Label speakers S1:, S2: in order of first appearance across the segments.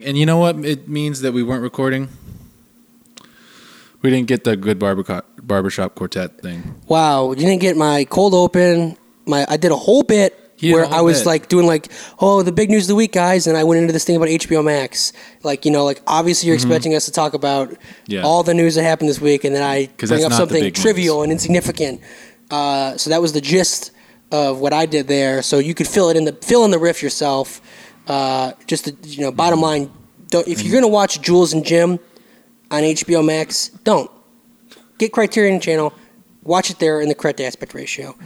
S1: And you know what? It means that we weren't recording. We didn't get the good barberco- barbershop quartet thing.
S2: Wow, you didn't get my cold open. My I did a whole bit
S1: He did a
S2: where
S1: whole
S2: I was
S1: bit.
S2: like doing like, oh, the big news of the week, guys, and I went into this thing about HBO Max. Like you know, like obviously you're
S1: Mm-hmm.
S2: expecting us to talk about
S1: Yeah.
S2: all the news that happened this week, and then I
S1: 'Cause
S2: bring
S1: that's
S2: up
S1: not the
S2: something
S1: big
S2: trivial and insignificant. Uh, so that was the gist of what I did there. So you could fill it in the fill in the riff yourself. Uh, just the, you know, bottom
S1: Mm-hmm.
S2: line, don't, if you're gonna watch Jules and Jim on HBO Max, don't get Criterion Channel. Watch it there in the correct aspect ratio.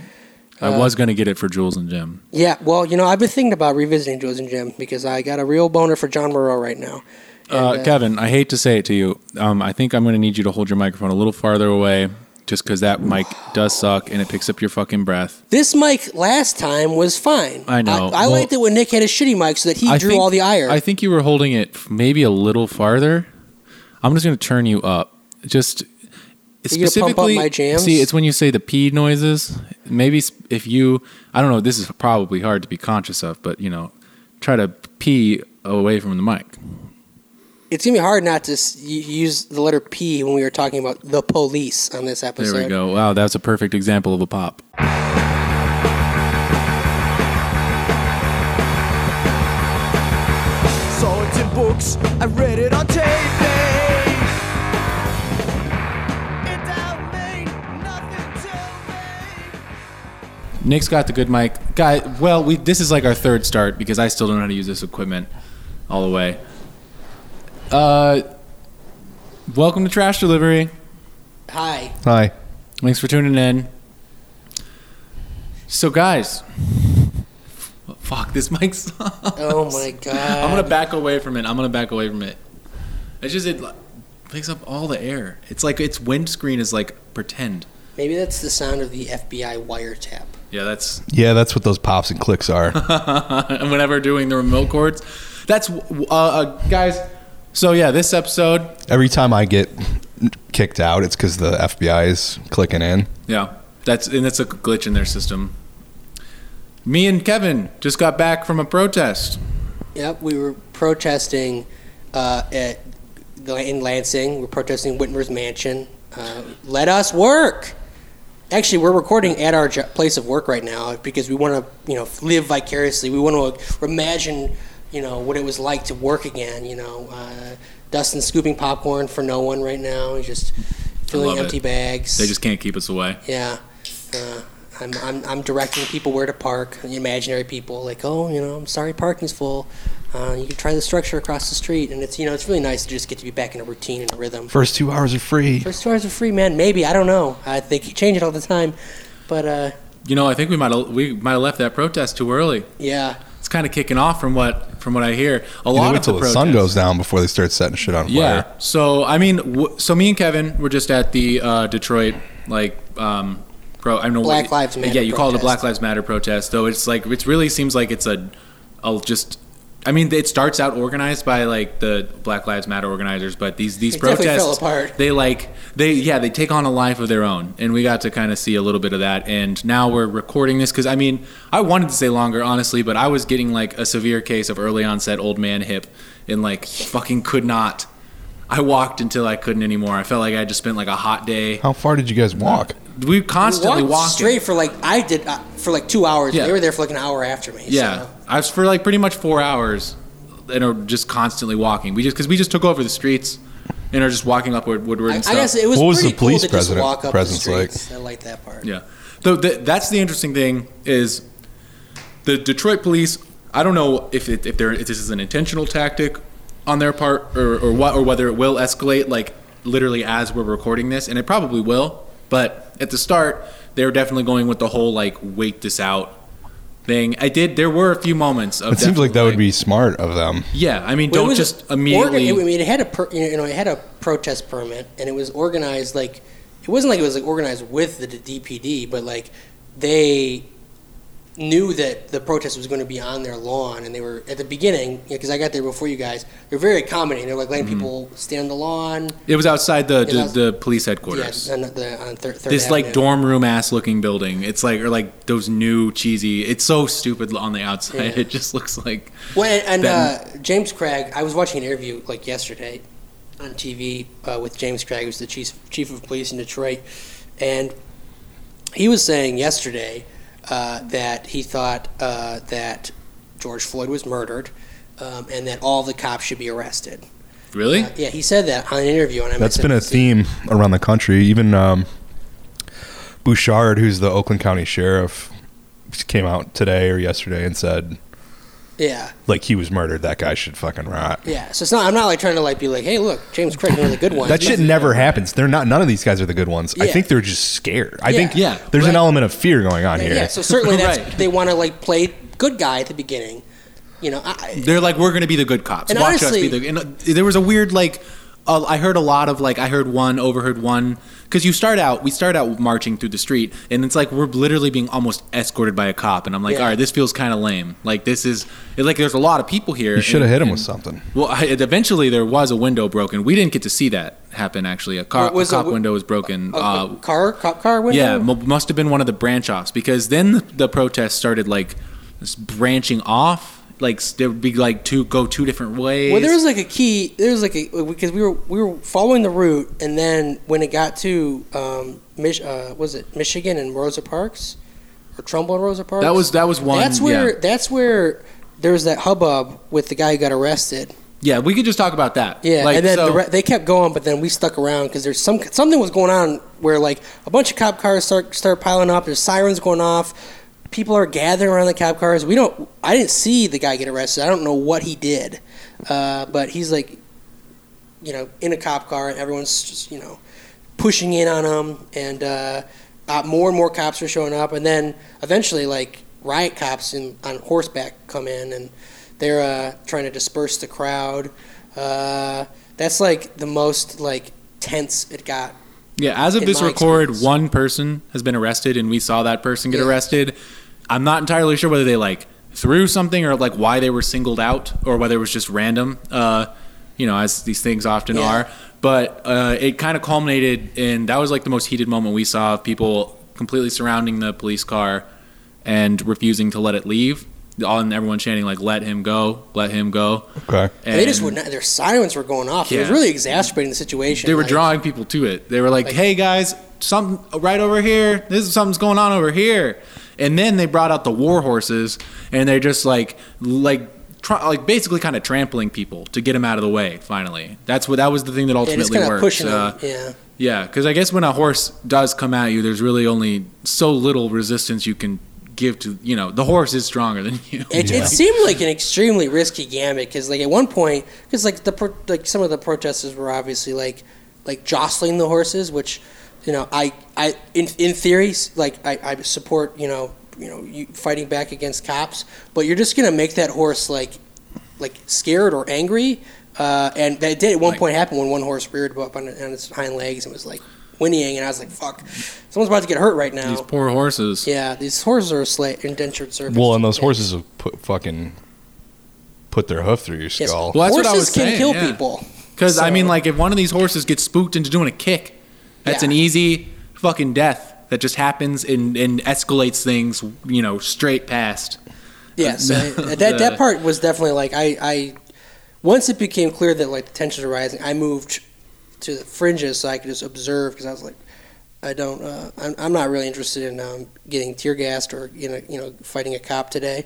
S1: I was going to get it for Jules and Jim.
S2: Yeah, well, you know, I've been thinking about revisiting Jules and Jim because I got a real boner for John Moreau right now.
S1: Uh, Kevin, I hate to say it to you. Um, I think I'm going to need you to hold your microphone a little farther away just because that mic does suck and it picks up your fucking breath.
S2: This mic last time was fine.
S1: I know.
S2: I, I
S1: Well-
S2: liked it when Nick had a shitty mic so that he
S1: I
S2: drew
S1: think-
S2: all the ire.
S1: I think you were holding it f- maybe a little farther. I'm just going to turn you up. Just
S2: you gonna pump up
S1: specifically,
S2: my jams?
S1: see, it's when you say the P noises. Maybe s- if you, I don't know, this is probably hard to be conscious of, but you know, try to pee away from the mic.
S2: it's gonna be hard not to s- y- use the letter P when we were talking about the police on this
S1: There
S2: episode.
S1: we go. Wow, that's a perfect example of a pop.
S3: Saw it in books, I read it on tape. It don't mean nothing to me.
S1: Nick's got the good mic. Guy, well, we this is like our third start because I still don't know how to use this equipment all the way. Uh, welcome to Trash Delivery.
S2: Hi.
S4: Hi.
S1: Thanks for tuning in. So, guys, fuck this mic sucks.
S2: Oh my god.
S1: I'm gonna back away from it. I'm gonna back away from it. It's just it like, picks up all the air. It's like its windscreen is like pretend.
S2: Maybe that's the sound of the FBI wiretap.
S1: Yeah, that's
S4: Yeah, that's what those pops and clicks are.
S1: and whenever doing the remote cords, that's uh, uh, guys. So yeah, this episode.
S4: Every time I get kicked out, it's because the FBI is clicking in.
S1: Yeah, that's and that's a glitch in their system. Me and Kevin just got back from a protest.
S2: Yep, we were protesting uh, at the, in Lansing. We're protesting Whitmer's mansion. Uh, let us work. Actually, we're recording at our jo- place of work right now because we want to, you know, live vicariously. We want to imagine, you know, what it was like to work again. You know, uh, Dustin scooping popcorn for no one right now. He's just filling
S1: love
S2: empty
S1: it.
S2: bags.
S1: They just can't keep us away.
S2: Yeah. Uh, I'm, I'm, I'm directing people where to park, imaginary people, like, oh, you know, I'm sorry parking's full. Uh, you can try the structure across the street. And it's, you know, it's really nice to just get to be back in a routine and a rhythm.
S4: First two hours are free.
S2: First stars are free, man. Maybe. I don't know. I think you change it all the time. But, uh,
S1: You know, I think we might have, we might have left that protest too early.
S2: yeah.
S1: It's kind of kicking off from what from what I hear. A
S4: You
S1: lot
S4: wait
S1: of the
S4: till the sun
S1: protests-
S4: goes down before they start setting shit on fire.
S1: Yeah. So I mean, w- so me and Kevin were just at the uh, Detroit like um, pro. I don't know
S2: Black
S1: what,
S2: Lives Matter
S1: Yeah, you call it a
S2: protest.
S1: Black Lives Matter protest, though. It's like it really seems like it's a, a just. I mean, it starts out organized by like the Black Lives Matter organizers, but these these
S2: It definitely
S1: protests
S2: fell apart.
S1: they like they yeah they take on a life of their own, and we got to kind of see a little bit of that. And now we're recording this because I mean I wanted to stay longer honestly, but I was getting like a severe case of early onset old man hip, and like fucking could not. I walked until I couldn't anymore. I felt like I had just spent like a hot day.
S4: How far did you
S1: Uh,
S4: guys walk?
S1: We constantly
S2: Walked
S1: walking.
S2: straight for like, I did uh, for like two hours.
S1: Yeah.
S2: They were there for like an hour after me.
S1: Yeah,
S2: So.
S1: I was for like pretty much four hours, and are just constantly walking. We just because we just took over the streets and are just walking upward Woodward
S2: I, I
S1: and stuff.
S2: guess it was,
S4: What was
S2: pretty
S4: the police
S2: cool to just
S4: president-
S2: walk up the
S4: presence like?
S2: streets. I like that part.
S1: yeah, so th- that's the interesting thing is the Detroit police. I don't know if it, if there if this is an intentional tactic on their part or or what or whether it will escalate like literally as we're recording this, and it probably will. But at the start, they were definitely going with the whole like wait this out thing. I did. There were a few moments of
S4: It seems like that
S1: definitely-
S4: would be smart of them.
S1: Yeah, I mean,
S2: Well, it
S1: don't
S2: was
S1: just
S2: organ-
S1: immediately.
S2: I mean, it had a per, you know it had a protest permit, and it was organized like it wasn't like it was like organized with the DPD, but like they knew that the protest was going to be on their lawn, and they were at the beginning because I got there before you guys. They're very accommodating. They're like letting
S1: Mm-hmm.
S2: people stand on the lawn.
S1: It was outside the
S2: It was-
S1: the, the police headquarters.
S2: Yes, on the on thir- Third
S1: this like
S2: Avenue.
S1: dorm room ass looking building. It's like or like those new cheesy. It's so stupid on the outside.
S2: Yeah.
S1: It just looks like
S2: Well, and, and
S1: that-
S2: uh, James Craig, I was watching an interview like yesterday on TV uh, with James Craig, who's the chief chief of police in Detroit, and he was saying yesterday uh, that he thought uh, that George Floyd was murdered. Um, and that all the cops should be arrested.
S1: really.
S2: Uh, yeah, he said that on an interview. And I
S4: That's
S2: said-
S4: been a theme around the country. Even um, Bouchard, who's the Oakland County Sheriff, came out today or yesterday and said
S2: Yeah,
S4: like he was murdered. That guy should fucking rot.
S2: yeah. So it's not. I'm not like trying to like be like, hey, look, James Craig, one of the good ones.
S4: That shit never happens. They're not. None of these guys are the good ones. I
S2: Yeah.
S4: think they're just scared. I
S2: Yeah.
S4: think
S1: Yeah.
S4: there's an
S2: Right.
S4: element of fear going on here.
S2: Yeah, so certainly that's
S1: Right.
S2: they want to like play good guy at the beginning. You know, I,
S1: They're like, we're going to be the good cops.
S2: And
S1: Watch
S2: honestly-
S1: us be the. And uh, there was a weird like, uh, I heard a lot of like, I heard one, overheard one, because you start out, we start out marching through the street, and it's like we're literally being almost escorted by a cop, and I'm like,
S2: Yeah.
S1: all right, this feels kind of lame. Like this is it, like there's a lot of people here.
S4: You should have hit him with something.
S1: Well, I, eventually there was a window broken. We didn't get to see that happen. Actually, a car,
S2: What
S1: a
S2: was
S1: cop
S2: it?
S1: window was broken.
S2: a,
S1: uh,
S2: a car cop car window.
S1: yeah, m- must have been one of the branch offs because then the, the protests started like s- branching off. Like s- there would be like two go two different ways.
S2: Well, there was like a key. There was like a because we were we were following the route, and then when it got to um, Mich- uh, was it Michigan and Rosa Parks or Trumbull and Rosa Parks?
S1: that was that was one.
S2: that's where that's where there was that hubbub with the guy who got arrested.
S1: Yeah, yeah we could just talk about that.
S2: Yeah,
S1: like,
S2: and then
S1: so,
S2: the re- they kept going, but then we stuck around because there's some something was going on where like a bunch of cop cars start start piling up. There's sirens going off. People are gathering around the cop cars. We don't. I didn't see the guy get arrested. I don't know what he did, uh, but he's like, you know, in a cop car, and everyone's just you know pushing in on him, and uh, uh, more and more cops are showing up, and then eventually like riot cops in, on horseback come in and they're uh, trying to disperse the crowd. Uh, that's like the most like tense it got.
S1: yeah, as of
S2: in
S1: this
S2: my
S1: record,
S2: experience.
S1: one person has been arrested, and we saw that person get
S2: Yeah.
S1: arrested. I'm not entirely sure whether they like threw something or like why they were singled out or whether it was just random. Uh, you know, as these things often
S2: Yeah.
S1: are. But uh, it kind of culminated in that was like the most heated moment we saw of people completely surrounding the police car and refusing to let it leave. All and everyone chanting like "Let him go, let him go."
S4: Okay.
S1: And
S2: they just would not. Their sirens were going off. It was
S1: Yeah.
S2: really exacerbating the situation.
S1: They were
S2: Like,
S1: drawing people to it. They were like,
S2: Like-
S1: "Hey guys, something right over here. This is something's going on over here." And then they brought out the war horses, and they're just like, like, try, like basically kind of trampling people to get them out of the way. Finally, that's what that was the thing that
S2: Yeah, just
S1: ultimately
S2: kind of
S1: worked.
S2: pushing
S1: Uh,
S2: them. Yeah.
S1: yeah, because I guess when a horse does come at you, there's really only so little resistance you can give to. You know, the horse is stronger than you.
S2: It,
S4: Yeah.
S2: it seemed like an extremely risky gambit because, like, at one point, because like the pro- like some of the protesters were obviously like like jostling the horses, which you know I I in in theory s- like I, I support you know you know you fighting back against cops, but you're just gonna make that horse like like scared or angry, uh, and that did at one
S1: Like-
S2: point happen when one horse reared up on, on its hind legs and was like whinnying, and I was like, fuck, someone's about to get hurt right now.
S1: These poor horses.
S2: yeah, these horses are slight indentured servants.
S4: Well, and those
S2: Yeah.
S4: horses have put fucking put their hoof through your
S2: Yes.
S4: skull.
S1: Well, that's what I
S2: horses
S1: was
S2: can
S1: saying,
S2: kill
S1: yeah.
S2: people.
S1: Because I
S2: So-
S1: mean, like, if one of these horses gets spooked into doing a kick, that's
S2: Yeah.
S1: an easy fucking death that just happens and, and escalates things, you know, straight past.
S2: Yeah, so
S1: The-
S2: I- that
S1: the-
S2: that part was definitely like I, I once it became clear that like the tensions were rising, I moved to the fringes so I could just observe because I was like, I don't, uh, I'm, I'm not really interested in um, getting tear gassed or you know, you know, fighting a cop today.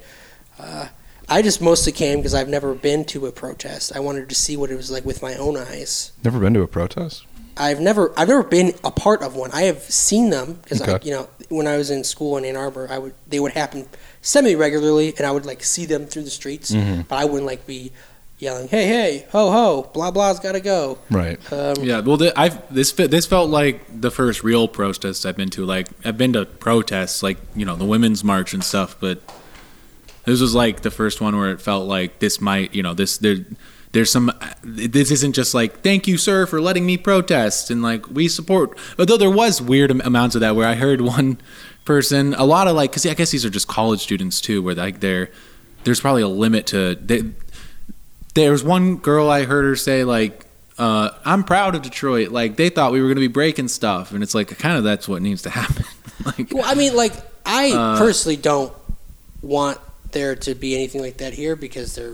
S2: Uh, I just mostly came because I've never been to a protest. I wanted to see what it was like with my own eyes.
S4: Never been to a protest.
S2: I've never I've never been a part of one. I have seen them because
S4: Okay.
S2: you know when I was in school in Ann Arbor, I would they would happen semi regularly, and I would like see them through the streets, but I wouldn't like be yelling, "Hey, hey, ho, ho, blah, blah's got to go."
S4: Right.
S2: Um,
S1: Yeah, well, th- I've this fe- this felt like the first real protest I've been to. Like, I've been to protests, like you know, the women's march and stuff, but this was like the first one where it felt like this might, you know, this there. there's some this isn't just like thank you sir for letting me protest and like we support although there was weird am- amounts of that where i heard one person a lot of like because i guess these are just college students too where like they're there's probably a limit to they, there was one girl i heard her say like uh, i'm proud of detroit like they thought we were going to be breaking stuff and it's like kind of that's what needs to happen like
S2: Well, I mean, like I personally don't want there to be anything like that here because there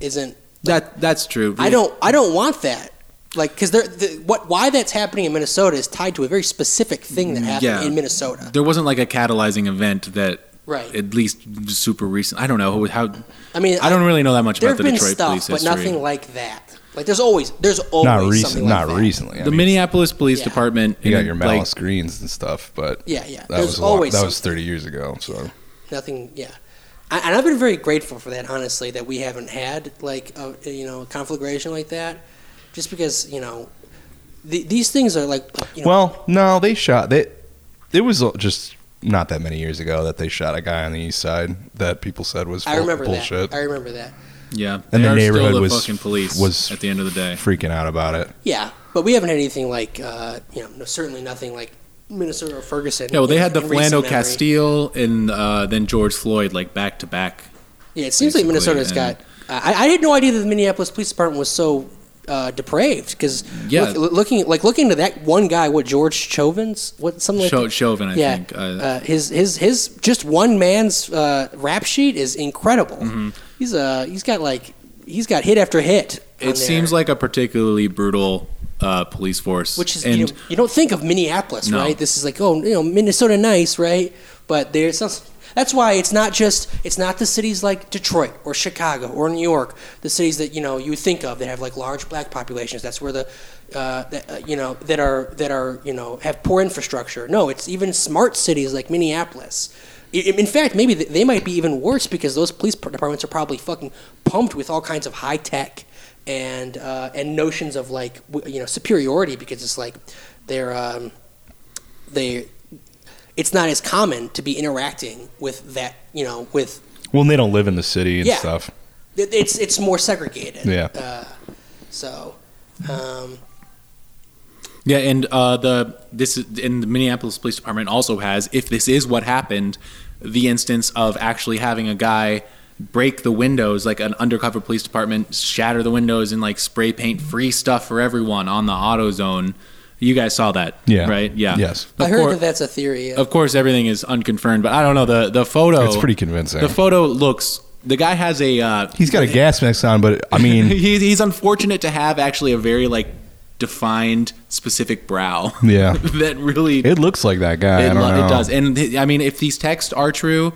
S2: isn't.
S1: that that's true
S2: I don't. I don't want that. Like, because there, the, what, why that's happening in Minnesota is tied to a very specific thing that happened
S1: Yeah.
S2: in Minnesota.
S1: there wasn't like a catalyzing event that
S2: Right.
S1: at least super recent i don't know who- how
S2: I mean,
S1: I don't really know that much
S2: There
S1: about
S2: have
S1: the
S2: been
S1: Detroit
S2: stuff,
S1: police
S2: but
S1: history.
S2: nothing like that. Like, there's always, there's always
S4: not
S2: something
S4: recent,
S2: like
S4: not
S2: that.
S4: recently. I
S1: the
S4: mean,
S1: Minneapolis Police
S2: Yeah.
S1: Department.
S4: you got
S1: and,
S4: your
S1: like,
S4: malice greens and stuff, but
S2: Yeah, yeah.
S4: that
S2: There's
S4: was a
S2: always
S4: lot, that was
S2: something.
S4: thirty years ago. So
S2: nothing. Yeah, I, and I've been very grateful for that. Honestly, that we haven't had like a you know a conflagration like that, just because you know th- these things are like you know,
S4: well, no, they shot they. It was just not that many years ago that they shot a guy on the east side that people said was
S2: I
S4: full-
S2: remember
S4: bullshit.
S2: that. I remember that.
S1: Yeah, they
S4: And the
S1: are still
S4: neighborhood was-
S1: fucking police.
S4: was-
S1: at the end of the day.
S4: Freaking out about it.
S2: Yeah, but we haven't had anything like uh, you know no, certainly nothing like Minnesota or Ferguson.
S1: Yeah, well, they had the
S2: in recent
S1: Flando
S2: memory.
S1: Castile and uh, then George Floyd like back to back.
S2: Yeah, it seems like
S1: basically,
S2: Minnesota's
S1: and-
S2: got. uh, I, I had no idea that the Minneapolis Police Department was so uh, depraved because
S1: Yeah.
S2: looking like looking to that one guy, what George Chauvin's, what something like
S1: Cho- Chauvin, I
S2: yeah,
S1: think. Uh,
S2: uh, his his his just one man's uh, rap sheet is incredible.
S1: Mm-hmm.
S2: He's uh he's got like he's got hit after hit. on
S1: it seems
S2: there,
S1: like a particularly brutal uh, police force.
S2: which is
S1: and
S2: you, know, you don't think of Minneapolis,
S1: No.
S2: right? This is like oh you know Minnesota nice, right? But there's some- that's why it's not just it's not the cities like Detroit or Chicago or New York, the cities that you know you think of that have like large black populations. That's where the uh, that, uh, you know that are that are you know have poor infrastructure. No, it's even smart cities like Minneapolis. I- In fact, maybe th- they might be even worse because those police par- departments are probably fucking pumped with all kinds of high tech and uh, and notions of like w- you know superiority because it's like they're um, they it's not as common to be interacting with that you know with
S4: Well, and they don't live in the city and
S2: Yeah.
S4: stuff.
S2: it- it's it's more segregated
S4: Yeah.
S2: uh, so um,
S1: Yeah, and uh, the this is- and the Minneapolis Police Department also has, if this is what happened, the instance of actually having a guy break the windows, like an undercover police department, shatter the windows and like spray paint free stuff for everyone on the auto zone. You guys saw that,
S4: Yeah.
S1: Right? Yeah.
S4: Yes.
S2: I
S1: Of
S2: heard
S1: cour-
S2: that that's a theory of,
S1: of course, everything is unconfirmed, but I don't know the the photo.
S4: It's pretty convincing.
S1: The photo looks. The guy has a. Uh,
S4: He's got a gas mask on, but I mean,
S1: he, he's unfortunate to have actually a very like defined specific brow.
S4: Yeah.
S1: that really
S4: it looks like that guy. I
S1: it,
S4: don't
S1: lo-
S4: know.
S1: it does. And th- I mean, if these texts are true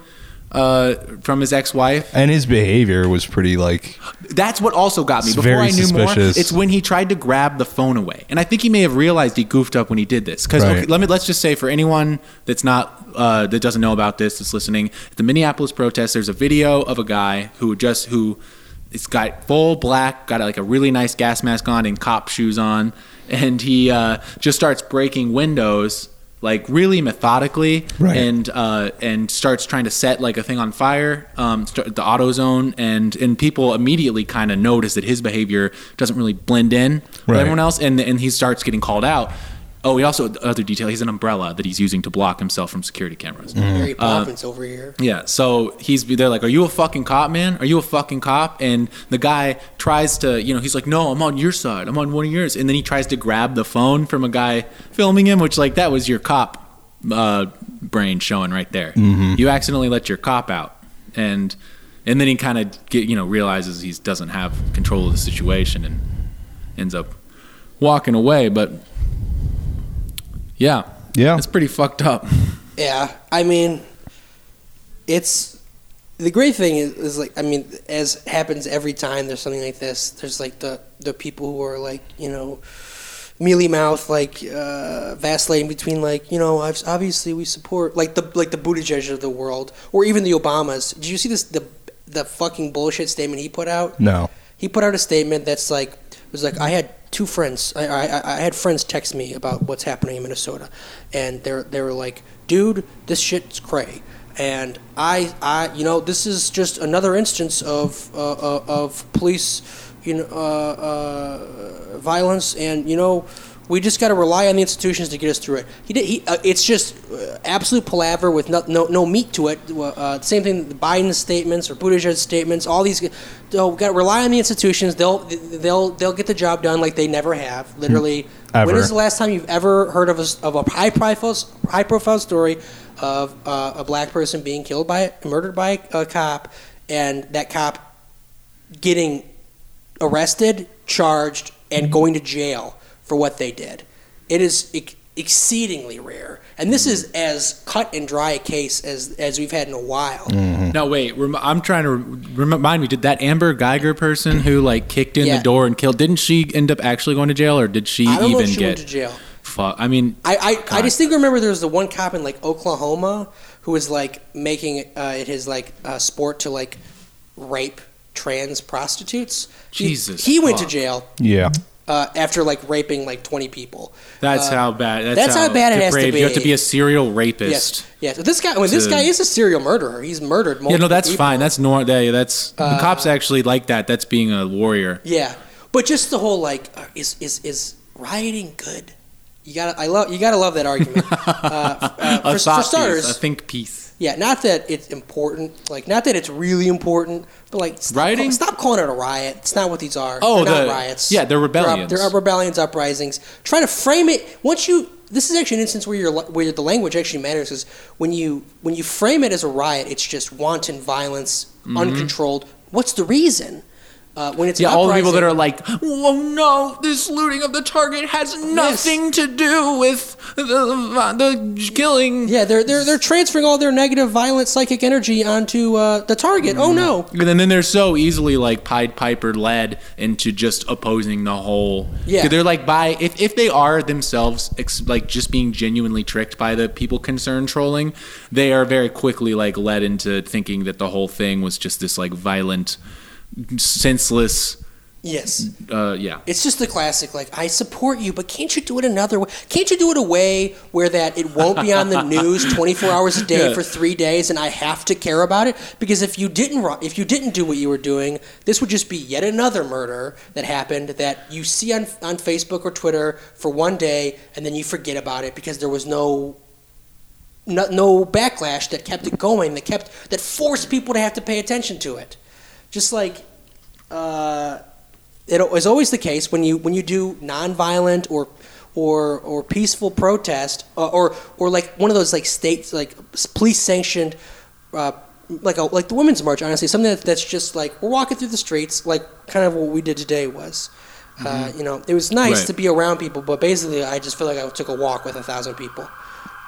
S1: uh, from his ex-wife,
S4: And his behavior was pretty like
S1: that's what also got me.
S4: It's
S1: Before
S4: very
S1: I knew more,
S4: suspicious.
S1: it's when he tried to grab the phone away, and I think he may have realized he goofed up when he did this. Because
S4: Right.
S1: okay, let me let's just say for anyone that's not uh, that doesn't know about this that's listening, at the Minneapolis protest, there's a video of a guy who just who it's got full black, got like a really nice gas mask on and cop shoes on, and he uh, just starts breaking windows. Like really methodically,
S4: Right.
S1: and and uh, and starts trying to set like a thing on fire, um, start the auto zone, and and people immediately kind of notice that his behavior doesn't really blend in with
S4: Right.
S1: everyone else, and and he starts getting called out. Oh, he also other detail. He's an umbrella that he's using to block himself from security cameras.
S2: Mary Poppins over here
S1: Yeah, so he's they're like, "Are you a fucking cop, man? Are you a fucking cop?" And the guy tries to, you know, he's like, "No, I'm on your side. I'm on one of yours." And then he tries to grab the phone from a guy filming him, which like that was your cop uh, brain showing right there. You accidentally let your cop out, and and then he kind of get you know realizes he doesn't have control of the situation and ends up walking away. But yeah,
S4: yeah.
S1: it's pretty fucked up.
S2: Yeah, I mean, it's the great thing is, is like I mean, as happens every time there's something like this, there's like the the people who are like you know, mealy mouth, like uh, vacillating between like you know, I've, obviously we support like the like the Buttigieg of the world or even the Obamas. Did you see this the the fucking bullshit statement he put out?
S4: No.
S2: he put out a statement that's like it was like I had two friends I, I, I had friends text me about what's happening in Minnesota and they're they were like dude this shit's cray and I I you know this is just another instance of uh, uh, of police you know, uh, uh, violence, and you know, we just got to rely on the institutions to get us through it. He did. He, uh, it's just uh, absolute palaver with no, no, no meat to it. Uh, uh, same thing. The Biden statements or Buttigieg's statements. All these. So we got to rely on the institutions. They'll they'll they'll get the job done like they never have. Literally. When
S4: Ever.
S2: is the last time you've ever heard of a, s- of a high profile high profile story of uh, a black person being killed by murdered by a cop, and that cop getting arrested, charged, and going to jail for what they did. It is ex- exceedingly rare, and this is as cut and dry a case as as we've had in a while.
S1: No, wait. Rem- I'm trying to re- remind me. Did that Amber Geiger person who like kicked in
S2: Yeah.
S1: the door and killed? Didn't she end up actually going to jail, or did she
S2: I don't
S1: even
S2: know if she
S1: get?
S2: went to jail.
S1: Fuck. I mean,
S2: I, I, I
S1: God.
S2: just think remember there was the one cop in like Oklahoma who was like making uh, it his like uh, sport to like rape trans prostitutes. He-
S1: Jesus
S2: He, went to
S1: fuck.
S2: jail
S4: Yeah.
S2: uh, after like raping like twenty people.
S1: that's
S2: Uh,
S1: how bad. That's,
S2: that's how bad it has to
S1: depraved. You have to
S2: be.
S1: be a serial rapist.
S2: Yes. Yes. But this guy. Well, this
S1: To-
S2: guy is a serial murderer. He's murdered. Multiple
S1: Yeah, no, that's
S2: people. Uh,
S1: fine. That's nor. They, that's the cops actually like that. That's being a warrior.
S2: Yeah, but just the whole like uh, is is is rioting good? You gotta I love you gotta love that argument. uh, uh,
S1: a
S2: for,
S1: thought
S2: for
S1: piece,
S2: starters,
S1: a think piece.
S2: Yeah, not that it's important, like not that it's really important, but like stop,
S1: Rioting?
S2: stop calling it a riot. It's not what these are.
S1: Oh,
S2: they're not
S1: the-
S2: riots.
S1: yeah, they're
S2: up-
S1: rebellions.
S2: They're, up rebellions, uprisings. Try to frame it once you. This is actually an instance where your la- where the language actually matters. Is when you when you frame it as a riot, it's just wanton violence, uncontrolled. What's the reason? Uh, when it's an
S1: Mm-hmm. Yeah, all the people that
S2: uprising-
S1: are like, "Oh no, this looting of the target has nothing to do with the, the killing."
S2: yeah, they're they're they're transferring all their negative, violent, psychic energy onto uh, the target. Oh no.
S1: And then, then they're so easily like Pied Piper led into just opposing the whole.
S2: Yeah.
S1: They're like by if, if they are themselves ex, like just being genuinely tricked by the people concerned trolling, they are very quickly like led into thinking that the whole thing was just this like violent, senseless.
S2: Yes.
S1: Uh, yeah.
S2: It's just the classic, like, I support you, but can't you do it another way? Can't you do it a way where that it won't be on the news 24 hours a day
S1: Yeah.
S2: for three days and I have to care about it? Because if you didn't ru- if you didn't do what you were doing, this would just be yet another murder that happened that you see on, on Facebook or Twitter for one day and then you forget about it because there was no no, no backlash that kept it going, that kept that forced people to have to pay attention to it. Just like uh, it is always the case when you when you do nonviolent or or or peaceful protest uh, or or like one of those like states like police sanctioned. Uh, like a, like the women's march, honestly, something that, that's just like we're walking through the streets, like kind of what we did today was. Uh, you know, it was nice
S1: Right.
S2: to be around people, but basically, I just feel like I took a walk with a thousand people.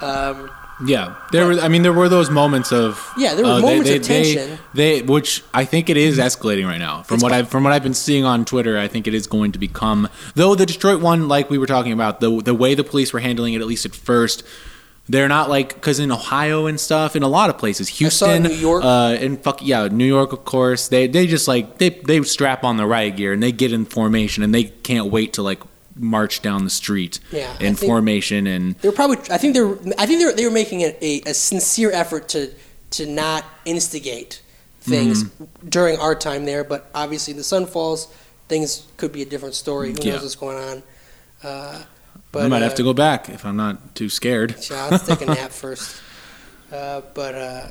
S2: Um,
S1: Yeah, there were. I mean, there were those moments of
S2: Yeah, there were
S1: uh,
S2: moments of tension.
S1: They, which I think it is escalating right now. From what I've from what I've been seeing on Twitter, I think it is going to become though the Detroit one, like we were talking about, the the way the police were handling it, at least at first. They're not like because in Ohio and stuff, in a lot of places,
S2: saw
S1: Houston,
S2: in New York.
S1: uh, and fuck yeah, New York, of course. They they just like they they strap on the riot gear and they get in formation and they can't wait to like march down the street
S2: Yeah, I
S1: in
S2: think-
S1: formation and
S2: They're probably. I think they're. I think they're. They were making a, a, a sincere effort to to not instigate things
S1: Mm-hmm.
S2: during our time there. But obviously, the sun falls. Things could be a different story. Who
S1: Yeah.
S2: knows what's going on? Uh, but
S1: I might have
S2: uh,
S1: to go back if I'm not too scared.
S2: Yeah, let's take a nap first. Uh, but uh,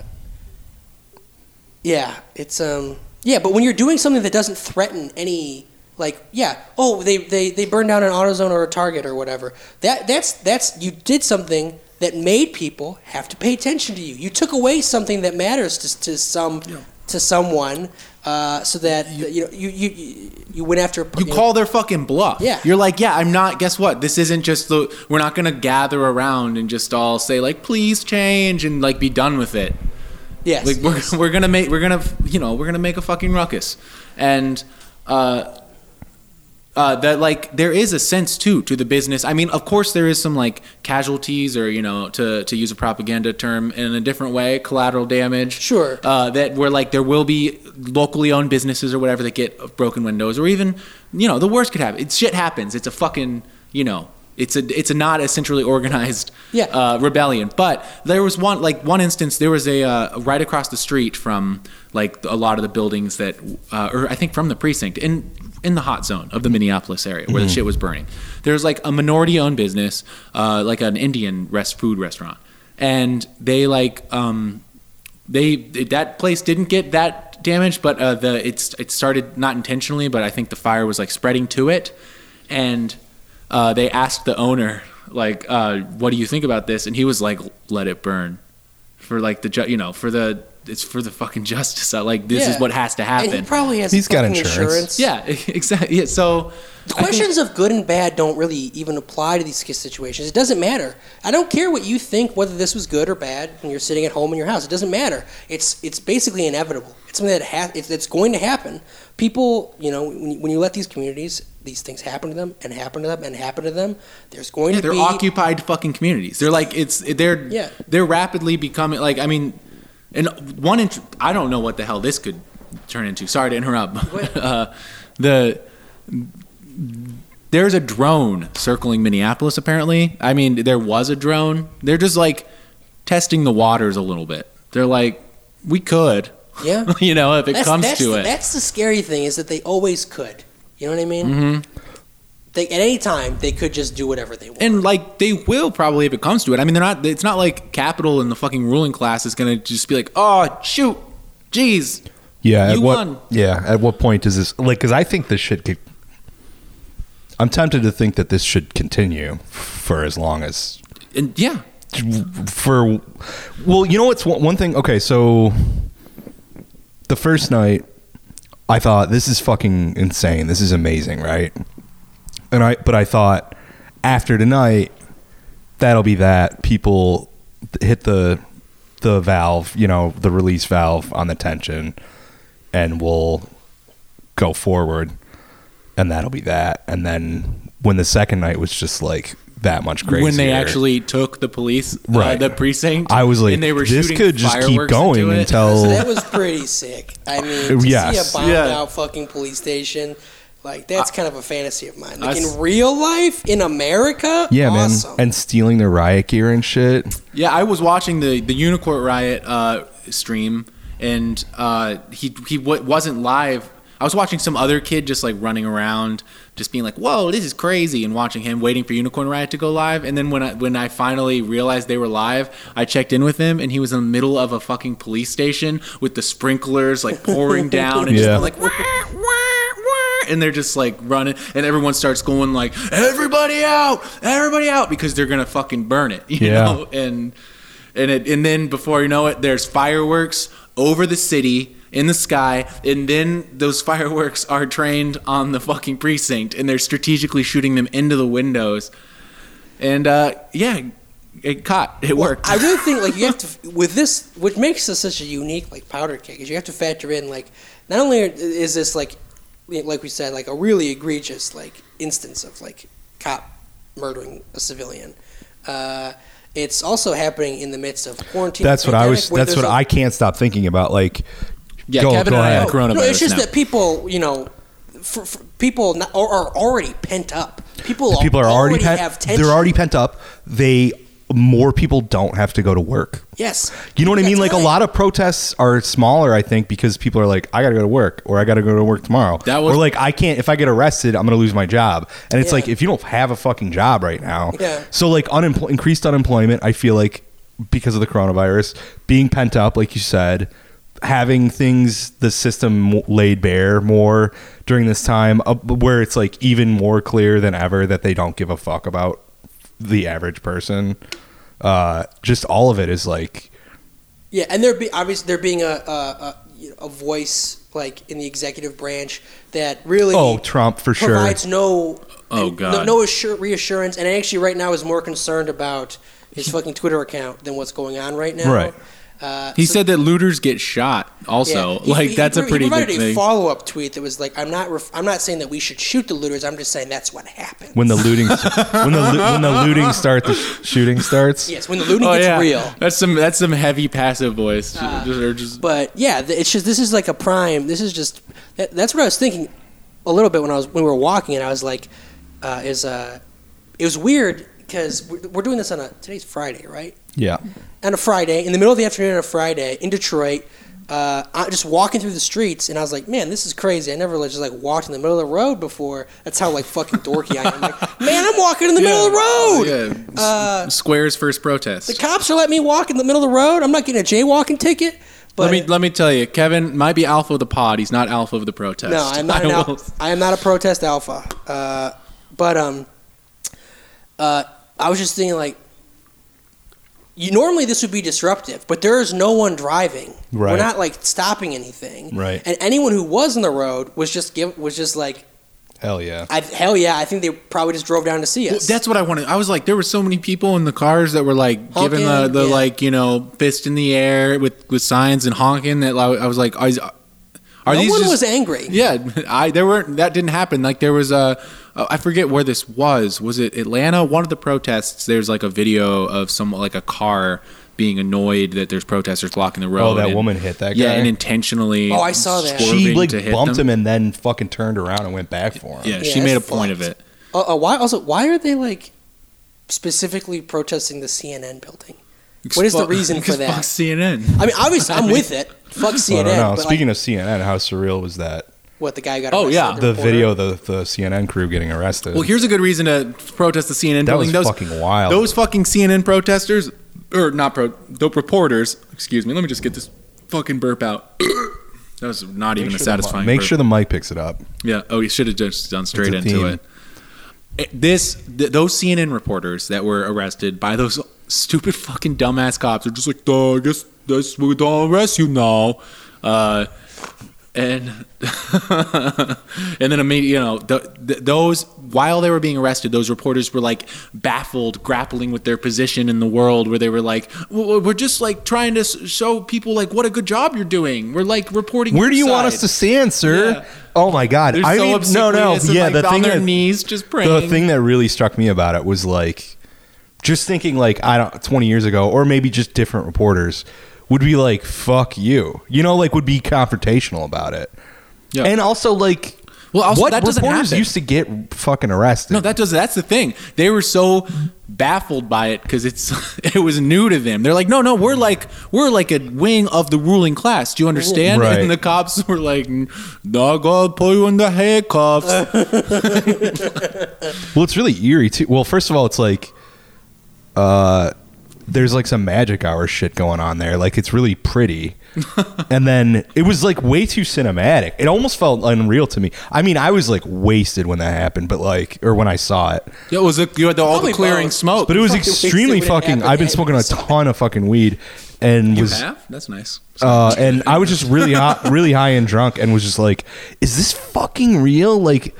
S2: yeah, it's um yeah. But when you're doing something that doesn't threaten any, like yeah, oh they they they burned down an AutoZone or a Target or whatever. That that's that's you did something that made people have to pay attention to you. You took away something that matters to to some to someone. Uh, so that you, know you you you, you went after a per-
S1: You call their fucking bluff.
S2: Yeah.
S1: You're like, yeah, I'm not. Guess what? This isn't just the. We're not gonna gather around and just all say like, please change and like be done with it.
S2: yes
S1: Like we're, we're gonna make we're gonna you know we're gonna make a fucking ruckus, and uh, uh, that like there is a sense too to the business. I mean, of course there is some like casualties or you know to to use a propaganda term in a different way, collateral damage.
S2: Sure.
S1: Uh, that where like there will be locally owned businesses or whatever that get broken windows or even you know the worst could happen. It shit happens. It's a fucking you know. It's a it's a not a centrally organized
S2: Yeah.
S1: uh, uh, rebellion. But there was one like one instance. There was a uh, right across the street from like a lot of the buildings that, uh, or I think from the precinct, and in the hot zone of the Minneapolis area where the shit was burning. There's like a minority owned business, uh, like an Indian rest food restaurant, and they like um, they that place didn't get that damaged, but uh, the it's it started not intentionally, but I think the fire was like spreading to it, and uh, they asked the owner like, uh, "What do you think about this?" And he was like, "Let it burn," for like the ju- you know for the it's for the fucking justice. I, like this is
S2: Yeah.
S1: what has to
S2: And
S1: happen.
S2: he probably has
S4: He's got
S2: fucking
S4: insurance.
S1: yeah, exactly. Yeah, so
S2: The
S1: I think-
S2: questions of good and bad don't really even apply to these situations. It doesn't matter. I don't care what you think, whether this was good or bad, when you're sitting at home in your house. It doesn't matter. It's it's basically inevitable. It's something that ha- it's, it's going to happen. People, you know, when, you- when you let these communities, these things happen to them and happen to them and happen to them, there's going
S1: Yeah,
S2: to
S1: they're
S2: be
S1: occupied fucking communities. They're like it's they're
S2: Yeah.
S1: they're rapidly becoming like I mean, and one int- I don't know what the hell this could turn into. Sorry to interrupt.
S2: What?
S1: uh, the there's a drone circling Minneapolis. Apparently, I mean there was a drone. They're just like testing the waters a little bit. They're like we could,
S2: yeah.
S1: you know, if it comes
S2: that's
S1: to
S2: the,
S1: it.
S2: That's the scary thing is that they always could. You know what I mean?
S1: Mm-hmm.
S2: They, at any time, they could just do whatever they want.
S1: and like they will probably if it comes to it. I mean, they're not. It's not like capital and the fucking ruling class is gonna just be like, oh shoot, jeez.
S4: Yeah. At
S1: You
S4: what?
S1: won.
S4: Yeah. At what point does this like? Because I think this shit could. I'm tempted to think that this should continue for as long as
S1: And yeah,
S4: for well you know what's one one thing okay so the first night i thought this is fucking insane this is amazing right and i but i thought after tonight that'll be that people hit the the valve you know the release valve on the tension and we'll go forward and that'll be that and then when the second night was just like that much crazier
S1: when they actually took the police, uh,
S4: Right.
S1: the precinct,
S4: I was like,
S1: and they were
S4: this
S1: shooting
S4: could just keep
S1: fireworks
S4: going
S1: into it.
S4: until
S2: So that was pretty sick. I mean, to
S4: Oh. Yes.
S2: see a bombed
S1: Yeah.
S2: out fucking police station, like that's kind of a fantasy of mine. Like
S1: I s-
S2: in real life, in America,
S4: yeah,
S2: awesome.
S4: man, and stealing their riot gear and shit.
S1: Yeah, I was watching the the Unicorn Riot uh, stream, and uh, he he w- wasn't live. I was watching some other kid just like running around, just being like, "Whoa, this is crazy!" and watching him waiting for Unicorn Riot to go live. And then when I when I finally realized they were live, I checked in with him, and he was in the middle of a fucking police station with the sprinklers like pouring down, and
S4: Yeah.
S1: just like. "Wah, wah, wah," And they're just like running, and everyone starts going like, "Everybody out! Everybody out!" because they're gonna fucking burn it, you
S4: Yeah.
S1: know and and it and then before you know it, there's fireworks over the city in the sky, and then those fireworks are trained on the fucking precinct, and they're strategically shooting them into the windows, and uh, yeah, it caught, it worked.
S2: I really think like you have to with this, which makes this such a unique like powder keg is you have to factor in like not only is this like like we said like a really egregious like instance of like cop murdering a civilian. Uh, it's also happening in the midst of quarantine.
S4: That's what I was.
S2: pandemic, where
S4: That's
S2: there's
S4: what
S2: a-
S4: I can't stop thinking about. Like,
S1: yeah,
S4: Oh, go-
S1: Kevin
S4: go
S1: and I have
S4: ahead.
S1: coronavirus
S2: No, it's just
S1: now.
S2: that people, you know, for, for people not, are, are already pent up. People,
S4: people are already, pent,
S2: have tension.
S4: they're already pent up. They more people don't have to go to work.
S2: yes.
S4: You know what I
S2: You've
S4: mean?
S2: got
S4: Like a
S2: time.
S4: lot of protests are smaller, I think, because people are like, I gotta go to work, or I gotta go to work tomorrow,
S1: That was-
S4: or like I can't. If I get arrested, I'm gonna lose my job. And it's
S2: Yeah.
S4: like if you don't have a fucking job right now,
S2: Yeah.
S4: So like unempl- increased unemployment, I feel like because of the coronavirus being pent up, like you said, having things the system mo- laid bare more during this time, uh, where it's like even more clear than ever that they don't give a fuck about the average person. Uh, just all of it is like
S2: Yeah, and there be obviously there being a a, a, you know, a voice like in the executive branch that really
S4: Oh, Trump for sure.
S2: provides no
S1: Oh,
S2: no-
S1: God.
S2: no, assur- reassurance, and actually right now is more concerned about his fucking Twitter account than what's going on right now.
S4: Right.
S2: Uh,
S1: he
S2: so-
S1: said that looters get shot. Also,
S2: Yeah. He-
S1: like
S2: he-
S1: that's
S2: he,
S1: a pretty
S2: he
S1: big
S2: provided a
S1: thing.
S2: follow up tweet that was like, "I'm not, ref- I'm not saying that we should shoot the looters. I'm just saying that's what happened."
S4: when the looting when the loo- when the looting starts the sh- shooting starts
S2: yes, when the looting
S1: Oh
S2: gets
S1: yeah,
S2: real. Ah.
S1: that's some that's some heavy passive voice. Just- they're just-
S2: But yeah, th- it's just this is like a prime. This is just that, that's what I was thinking a little bit when I was when we were walking, and I was like, uh, "Is uh, it was weird because we're, we're doing this on a today's Friday, right?"
S4: yeah
S2: on a Friday, in the middle of the afternoon on a Friday in Detroit. uh, I- just walking through the streets, and I was like, "Man, this is crazy! I never like, just like walked in the middle of the road before." That's how like fucking dorky I am. Like, man, I'm walking in the middle of the road. Uh,
S1: Yeah. Square's first protest.
S2: The cops are letting me walk in the middle of the road. I'm not getting a jaywalking ticket. But
S1: let me let me tell you, Kevin might be alpha of the pod. He's not alpha of the protest.
S2: No, I'm
S1: I
S2: not. An
S1: will-
S2: al- I am not a protest alpha. Uh, but um, uh, I was just thinking like, you normally this would be disruptive, but there is no one driving. We're
S4: Right.
S2: not like stopping anything.
S4: Right.
S2: And anyone who was in the road was just give was just like,
S4: Hell yeah.
S2: I, hell yeah, I think they probably just drove down to see
S1: Well,
S2: us.
S1: that's what I wanted. I was like, there were so many people in the cars that were like giving the,
S2: Honking,
S1: the
S2: yeah.
S1: like you know fist in the air with with signs and honking. That like, I was like, is- are,
S2: no
S1: these
S2: one
S1: just-
S2: was angry.
S1: Yeah, I there weren't that didn't happen. Like there was a I forget where this was. Was it Atlanta? One of the protests. There's like a video of some like a car being annoyed that there's protesters blocking the road.
S4: Oh, that
S1: and-
S4: woman hit that
S1: Yeah,
S4: guy?
S1: and intentionally.
S2: Oh, I saw that.
S4: she
S1: swerving
S4: like
S1: to hit
S4: bumped
S1: them.
S4: him and then fucking turned around and went back for him.
S1: Yeah,
S2: Yeah,
S1: she made a
S2: that's
S1: point of
S2: fucked.
S1: it.
S2: Uh, uh, why also? Why are they like specifically protesting the CNN building? What is the
S1: Fuck-
S2: reason for
S1: because
S2: that?
S1: Fuck CNN.
S2: I mean, obviously, I'm with it. Fuck CNN.
S4: I don't know.
S2: but, like,
S4: Speaking of CNN, how surreal was that?
S2: What the guy who got?
S1: Oh,
S2: arrested,
S1: yeah.
S4: The
S2: reporter?
S4: video of the, the CNN crew getting arrested.
S1: Well, here's a good reason to protest the CNN
S4: That
S1: building.
S4: was
S1: those,
S4: fucking wild.
S1: Those fucking CNN protesters, or not pro, the reporters. Excuse me. Let me just get this fucking burp out. that was not even a satisfying.
S4: Make
S1: burp.
S4: sure the mic picks it up.
S1: Yeah. Oh, you should have just done straight
S4: It's a
S1: into
S4: theme.
S1: it. It- This, th- those CNN reporters that were arrested by those stupid fucking dumbass cops are just like, "Duh, I guess that's we don't arrest you now. Uh, and and then I mean, you know, th th those while they were being arrested, those reporters were like baffled, grappling with their position in the world, where they were like, "Well, well, "We're just like trying to s- show people like what a good job you're doing. We're like reporting."
S4: Where
S1: your
S4: do you want
S1: side."
S4: us to stand, sir?
S1: Yeah.
S4: Oh my god!
S1: They're
S4: I
S1: so
S4: mean, no, no,
S1: obsequious and,
S4: yeah.
S1: like,
S4: the
S1: on
S4: thing
S1: their
S4: that
S1: knees just
S4: the
S1: praying.
S4: thing that really struck me about it was like just thinking like I don't twenty years ago, or maybe just different reporters would be like "fuck you," you know, like would be confrontational about it,
S1: Yeah.
S4: and also like
S1: Well, also,
S4: what
S1: that doesn't
S4: reporters
S1: happen.
S4: used to get fucking arrested.
S1: No, that does. That's the thing. They were so baffled by it because it's it was new to them. They're like, no, no, we're like we're like a wing of the ruling class. Do you understand?
S4: Right.
S1: And the cops were like, "Dog, I'll put you in the handcuffs."
S4: Well, it's really eerie too. Well, first of all, it's like uh there's like some magic hour shit going on there. Like it's really pretty. and then it was like way too cinematic. It almost felt unreal to me. I mean, I was like wasted when that happened, but like or when I saw it.
S1: it was a, you had the, all
S2: Probably
S1: the clearing
S2: both.
S1: smoke.
S4: But it was
S2: Fucking wasted
S4: extremely
S2: when it
S4: fucking
S2: happened,
S4: I've been
S2: yeah,
S4: smoking a
S2: you saw it.
S4: ton of fucking weed and
S1: you
S4: was
S1: have. That's nice.
S4: uh, and I was just really hot, really high and drunk, and was just like, "Is this fucking real?" Like,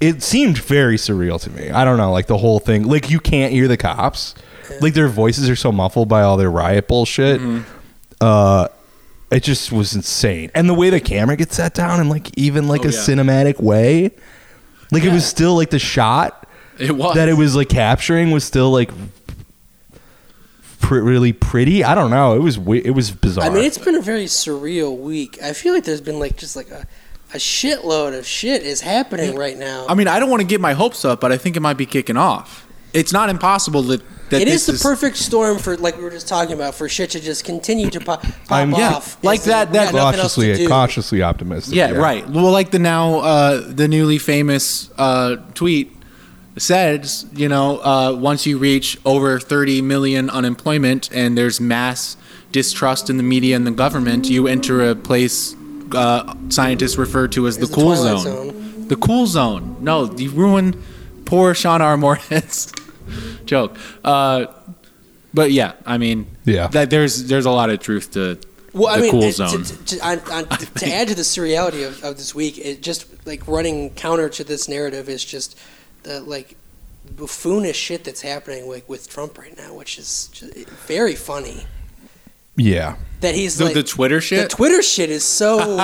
S4: it seemed very surreal to me. I don't know, like the whole thing. Like, you can't hear the cops. Like their voices are so muffled by all their riot bullshit.
S1: Mm-hmm.
S4: Uh, it just was insane, and the way the camera gets set down in like even like
S1: Oh,
S4: a
S1: yeah.
S4: cinematic way, like it was still like the shot
S1: It was
S4: that it was like capturing was still like. pr- Really pretty. I don't know. It was we- it was bizarre.
S2: I mean, it's been a very surreal week. I feel like there's been like just like a, a shitload of shit is happening right now.
S1: I mean, I don't want to get my hopes up, but I think it might be kicking off. It's not impossible that that
S2: it
S1: this
S2: is the perfect storm for like we were just talking about for shit to just continue to pop, pop
S4: I'm- yeah,
S2: off.
S1: like
S2: It's-
S1: that-
S2: we
S1: that-
S2: got nothing else to
S4: cautiously
S2: do.
S4: cautiously optimistic.
S1: Yeah, right. Well, like the now uh, the newly famous uh, tweet says, you know, uh, once you reach over 30 million unemployment and there's mass distrust in the media and the government, you enter a place uh, scientists refer to as the,
S2: the
S1: cool
S2: Twilight
S1: zone. The cool zone. No, you ruined poor Sean R. Moorhead's joke. Uh, but yeah, I mean,
S4: Yeah.
S1: that there's there's a lot of truth to
S2: Well,
S1: the
S2: I mean,
S1: cool
S2: it-
S1: zone.
S2: To, to, on, on, to add to the surreality of, of this week, it just like running counter to this narrative is just the like buffoonish shit that's happening with, with Trump right now, which is just very funny.
S4: Yeah.
S2: That he's
S1: The-
S2: like,
S1: the Twitter
S2: The
S1: shit? Uh,
S2: Twitter shit is so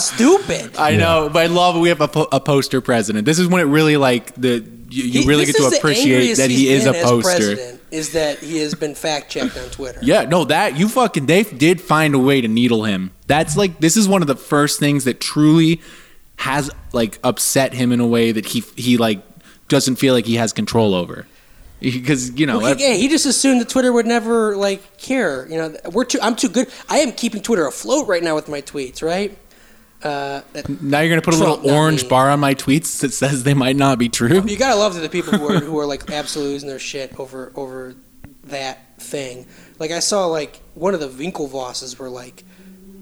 S2: stupid.
S1: I know, but I love we have a, po- a poster president. This is when it really like the you, you
S2: He-
S1: really
S2: this
S1: get to
S2: is the
S1: appreciate
S2: angriest
S1: that he
S2: he's
S1: is a
S2: been as
S1: poster.
S2: president, Is that he has been fact checked on Twitter?
S1: Yeah, no, that you fucking they did find a way to needle him. That's like this is one of the first things that truly has like upset him in a way that he he like doesn't feel like he has control over. because you know
S2: Well, he, yeah, he just assumed that Twitter would never like care. You know, th- we're too. I'm too good. I am keeping Twitter afloat right now with my tweets. Right. Uh, that-
S1: now you're gonna put a
S2: Trump,
S1: little
S2: not
S1: orange
S2: me.
S1: bar on my tweets that says they might not be true.
S2: you gotta love the people who are who are like absolutely losing their shit over over that thing. Like I saw like one of the Winklevosses were like,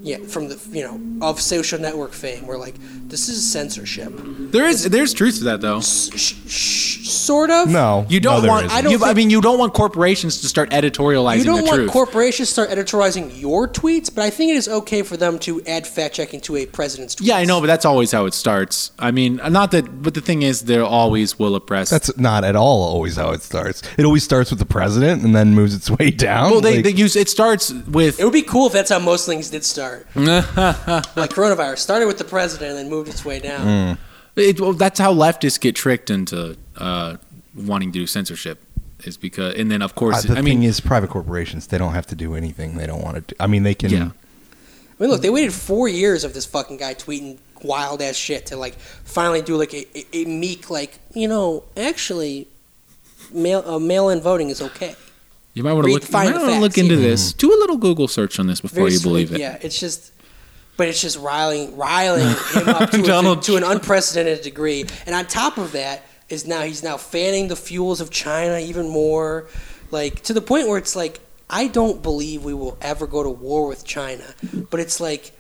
S2: yeah, from the you know of social network fame. Were like, this is censorship.
S1: There is there's truth to that though.
S2: S- sh- sh- sort of.
S4: No,
S1: You don't
S4: no, there
S1: want
S4: isn't.
S1: I
S2: I don't
S1: you, I
S2: think-
S1: mean you don't want corporations to start editorializing
S2: You don't
S1: the
S2: want
S1: truth.
S2: corporations to start editorializing your tweets, but I think it is okay for them to add fact checking to a president's tweets.
S1: yeah, I know, but that's always how it starts. I mean, not that, but the thing is, they always will oppress.
S4: That's not at all always how it starts. It always starts with the president and then moves its way down.
S1: well, they,
S4: like-
S1: they use it starts with
S2: It would be cool if that's how most things did start. like coronavirus started with the president and then moved its way down.
S1: It, well, that's how leftists get tricked into uh, wanting to do censorship, is because, and then of
S4: Uh,
S1: course,
S4: the
S1: I
S4: thing
S1: mean,
S4: is, private corporations they don't have to do anything they don't want to do. I mean, they can.
S1: Yeah.
S2: I mean, look, they waited four years of this fucking guy tweeting wild ass shit to like finally do like a, a, a meek like you know actually mail uh, mail in voting is okay.
S1: you might want to
S2: read-
S1: look, you
S2: find
S1: might
S2: the
S1: wanna look
S2: facts,
S1: into
S4: Mm-hmm.
S2: yeah.
S1: this. Do a little Google search on this before
S2: Very
S1: you believe
S2: sweet,
S1: it.
S2: Yeah, it's just. But it's just riling, riling him up to, a,
S1: Donald
S2: to an unprecedented degree, and on top of that is now he's now fanning the fuels of China even more, like to the point where it's like I don't believe we will ever go to war with China, but it's like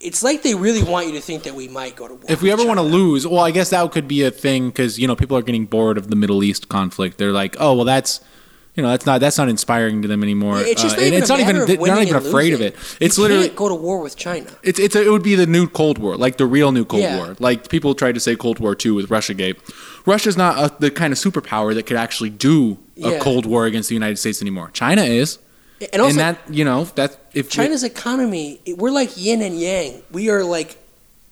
S2: it's like they really want you to think that we might go to war.
S1: If we ever want to lose, well, I guess that could be a thing because you know people are getting bored of the Middle East conflict. They're like, oh, well, that's you know that's not that's not inspiring to them anymore.
S2: Yeah, it's just
S1: Uh,
S2: not
S1: and
S2: even
S1: it's
S2: a
S1: not even
S2: matter of
S1: they're
S2: winning
S1: not even
S2: and
S1: afraid of
S2: losing.
S1: it. It's
S2: you
S1: literally
S2: can't go to war with China.
S1: It's, it's it would be the new Cold War, like the real new Cold
S2: Yeah.
S1: War. Like people tried to say Cold War Two with RussiaGate. Russia's not a, the kind of superpower that could actually do a
S2: Yeah.
S1: Cold War against the United States anymore. China is,
S2: And also,
S1: and that you know that if
S2: China's economy, it- we're like yin and yang. We are like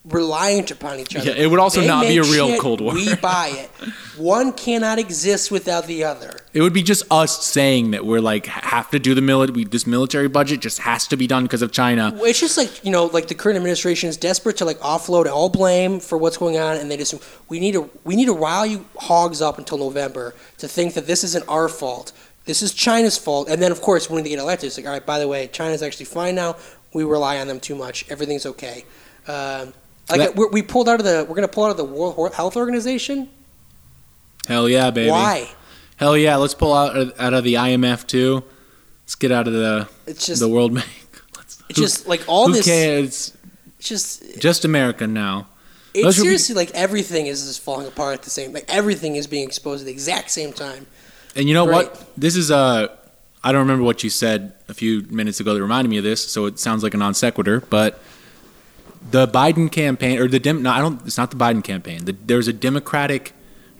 S2: reliant upon each other.
S1: Yeah, it would also not be
S2: make
S1: a real Cold War.
S2: We buy it. One cannot exist without the other.
S1: it would be just us saying that we're like have to do the military. This military budget just has to be done because of China.
S2: It's just like you know, like the current administration is desperate to like offload all blame for what's going on, and they just we need to we need to rile you hogs up until November to think that this isn't our fault. This is China's fault, and then of course when they get elected, it's like, all right, by the way, China's actually fine now. We rely on them too much. Everything's okay. Um, like
S1: That-
S2: we're, we pulled out of the we're going to pull out of the World Health Organization.
S1: Hell yeah, baby.
S2: Why?
S1: Hell yeah, let's pull out uh, out of the IMF too. Let's get out of the
S2: It's just
S1: the World Bank. Let's,
S2: it's just like all
S1: who
S2: this.
S1: cares?
S2: It's just
S1: Just America now.
S2: It's
S1: Those would be-
S2: seriously like everything is just falling apart at the same. Like everything is being exposed at the exact same time.
S1: And you know
S2: Right.
S1: what? This is Uh, I don't remember what you said a few minutes ago that reminded me of this, so it sounds like a non sequitur. But the Biden campaign, or the Dem, no, I don't. It's not the Biden campaign. The, there was a Democratic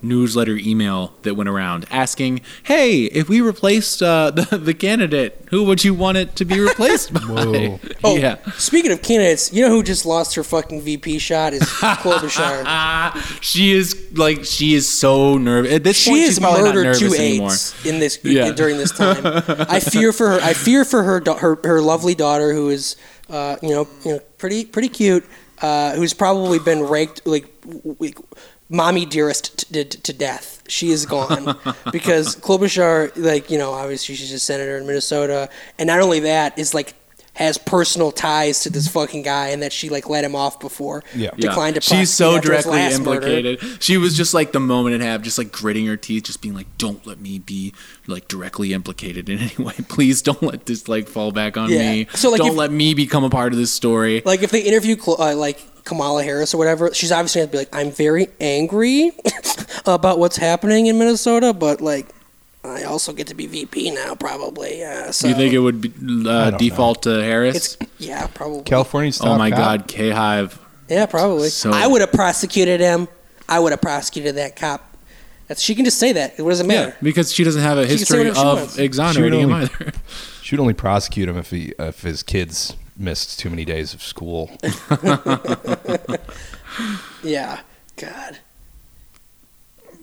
S1: newsletter email that went around asking, "Hey, if we replaced uh, the the candidate, who would you want it to be replaced by?"
S4: Whoa.
S2: Oh,
S1: yeah.
S2: Speaking of candidates, you know who just lost her fucking VP shot is Klobuchar.
S1: Ah, she is like she is so nervous. At this
S2: She
S1: point, she's
S2: has
S1: probably not
S2: murdered
S1: nervous
S2: two
S1: anymore.
S2: aides in this
S1: Yeah.
S2: during this time. I fear for her. I fear for her da- her, her lovely daughter who is uh, you know you know pretty pretty cute. Uh, who's probably been raked like, w- like mommy dearest to, to, to death. She is gone because Klobuchar, like you know, obviously she's a senator in Minnesota, and not only that is like has personal ties to this fucking guy, and that she like let him off before.
S4: Yeah.
S1: Yeah.
S2: declined to. prosecute
S1: She's so
S2: after his
S1: directly
S2: last murder.
S1: implicated. She was just like the moment it happened, just like gritting her teeth, just being like, "Don't let me be like directly implicated in any way. Please don't let this like fall back on
S2: Yeah.
S1: me.
S2: So, like,
S1: don't
S2: if-
S1: let me become a part of this story."
S2: Like if they interview Cl- uh, like Kamala Harris or whatever, she's obviously gonna be like, "I'm very angry about what's happening in Minnesota, but like, I also get to be VP now, probably." Yeah, so
S1: Do you think it would be, uh,
S4: don't
S1: default to Harris?
S2: it's yeah, probably.
S4: California's
S1: Oh
S4: top
S1: my
S4: cop.
S1: God, K Hive.
S2: yeah, probably.
S1: So-
S2: I would have prosecuted him. I would have prosecuted that cop. That's, she can just say that. What does it
S1: Yeah,
S2: matter?
S1: because she doesn't have a
S2: can say
S1: history
S2: whatever she
S1: of
S2: wants.
S1: exonerating
S4: She
S1: him
S4: would only-
S1: either.
S4: She would only prosecute him if he if his kids missed too many days of school.
S2: Yeah. God,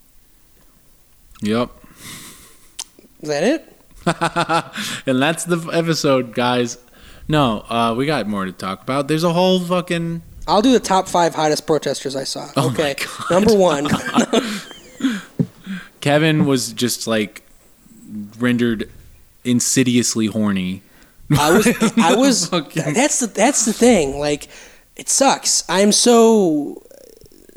S1: yep.
S2: is that it?
S1: and that's the episode, guys. No, uh, we got more to talk about. There's a whole fucking.
S2: I'll do the top five hottest protesters I saw.
S1: Oh my
S2: okay,
S1: Oh God.
S2: number one.
S1: Kevin was just like rendered insidiously horny.
S2: I was, I was.
S1: Fucking-
S2: That's the that's the thing. Like, it sucks. I'm so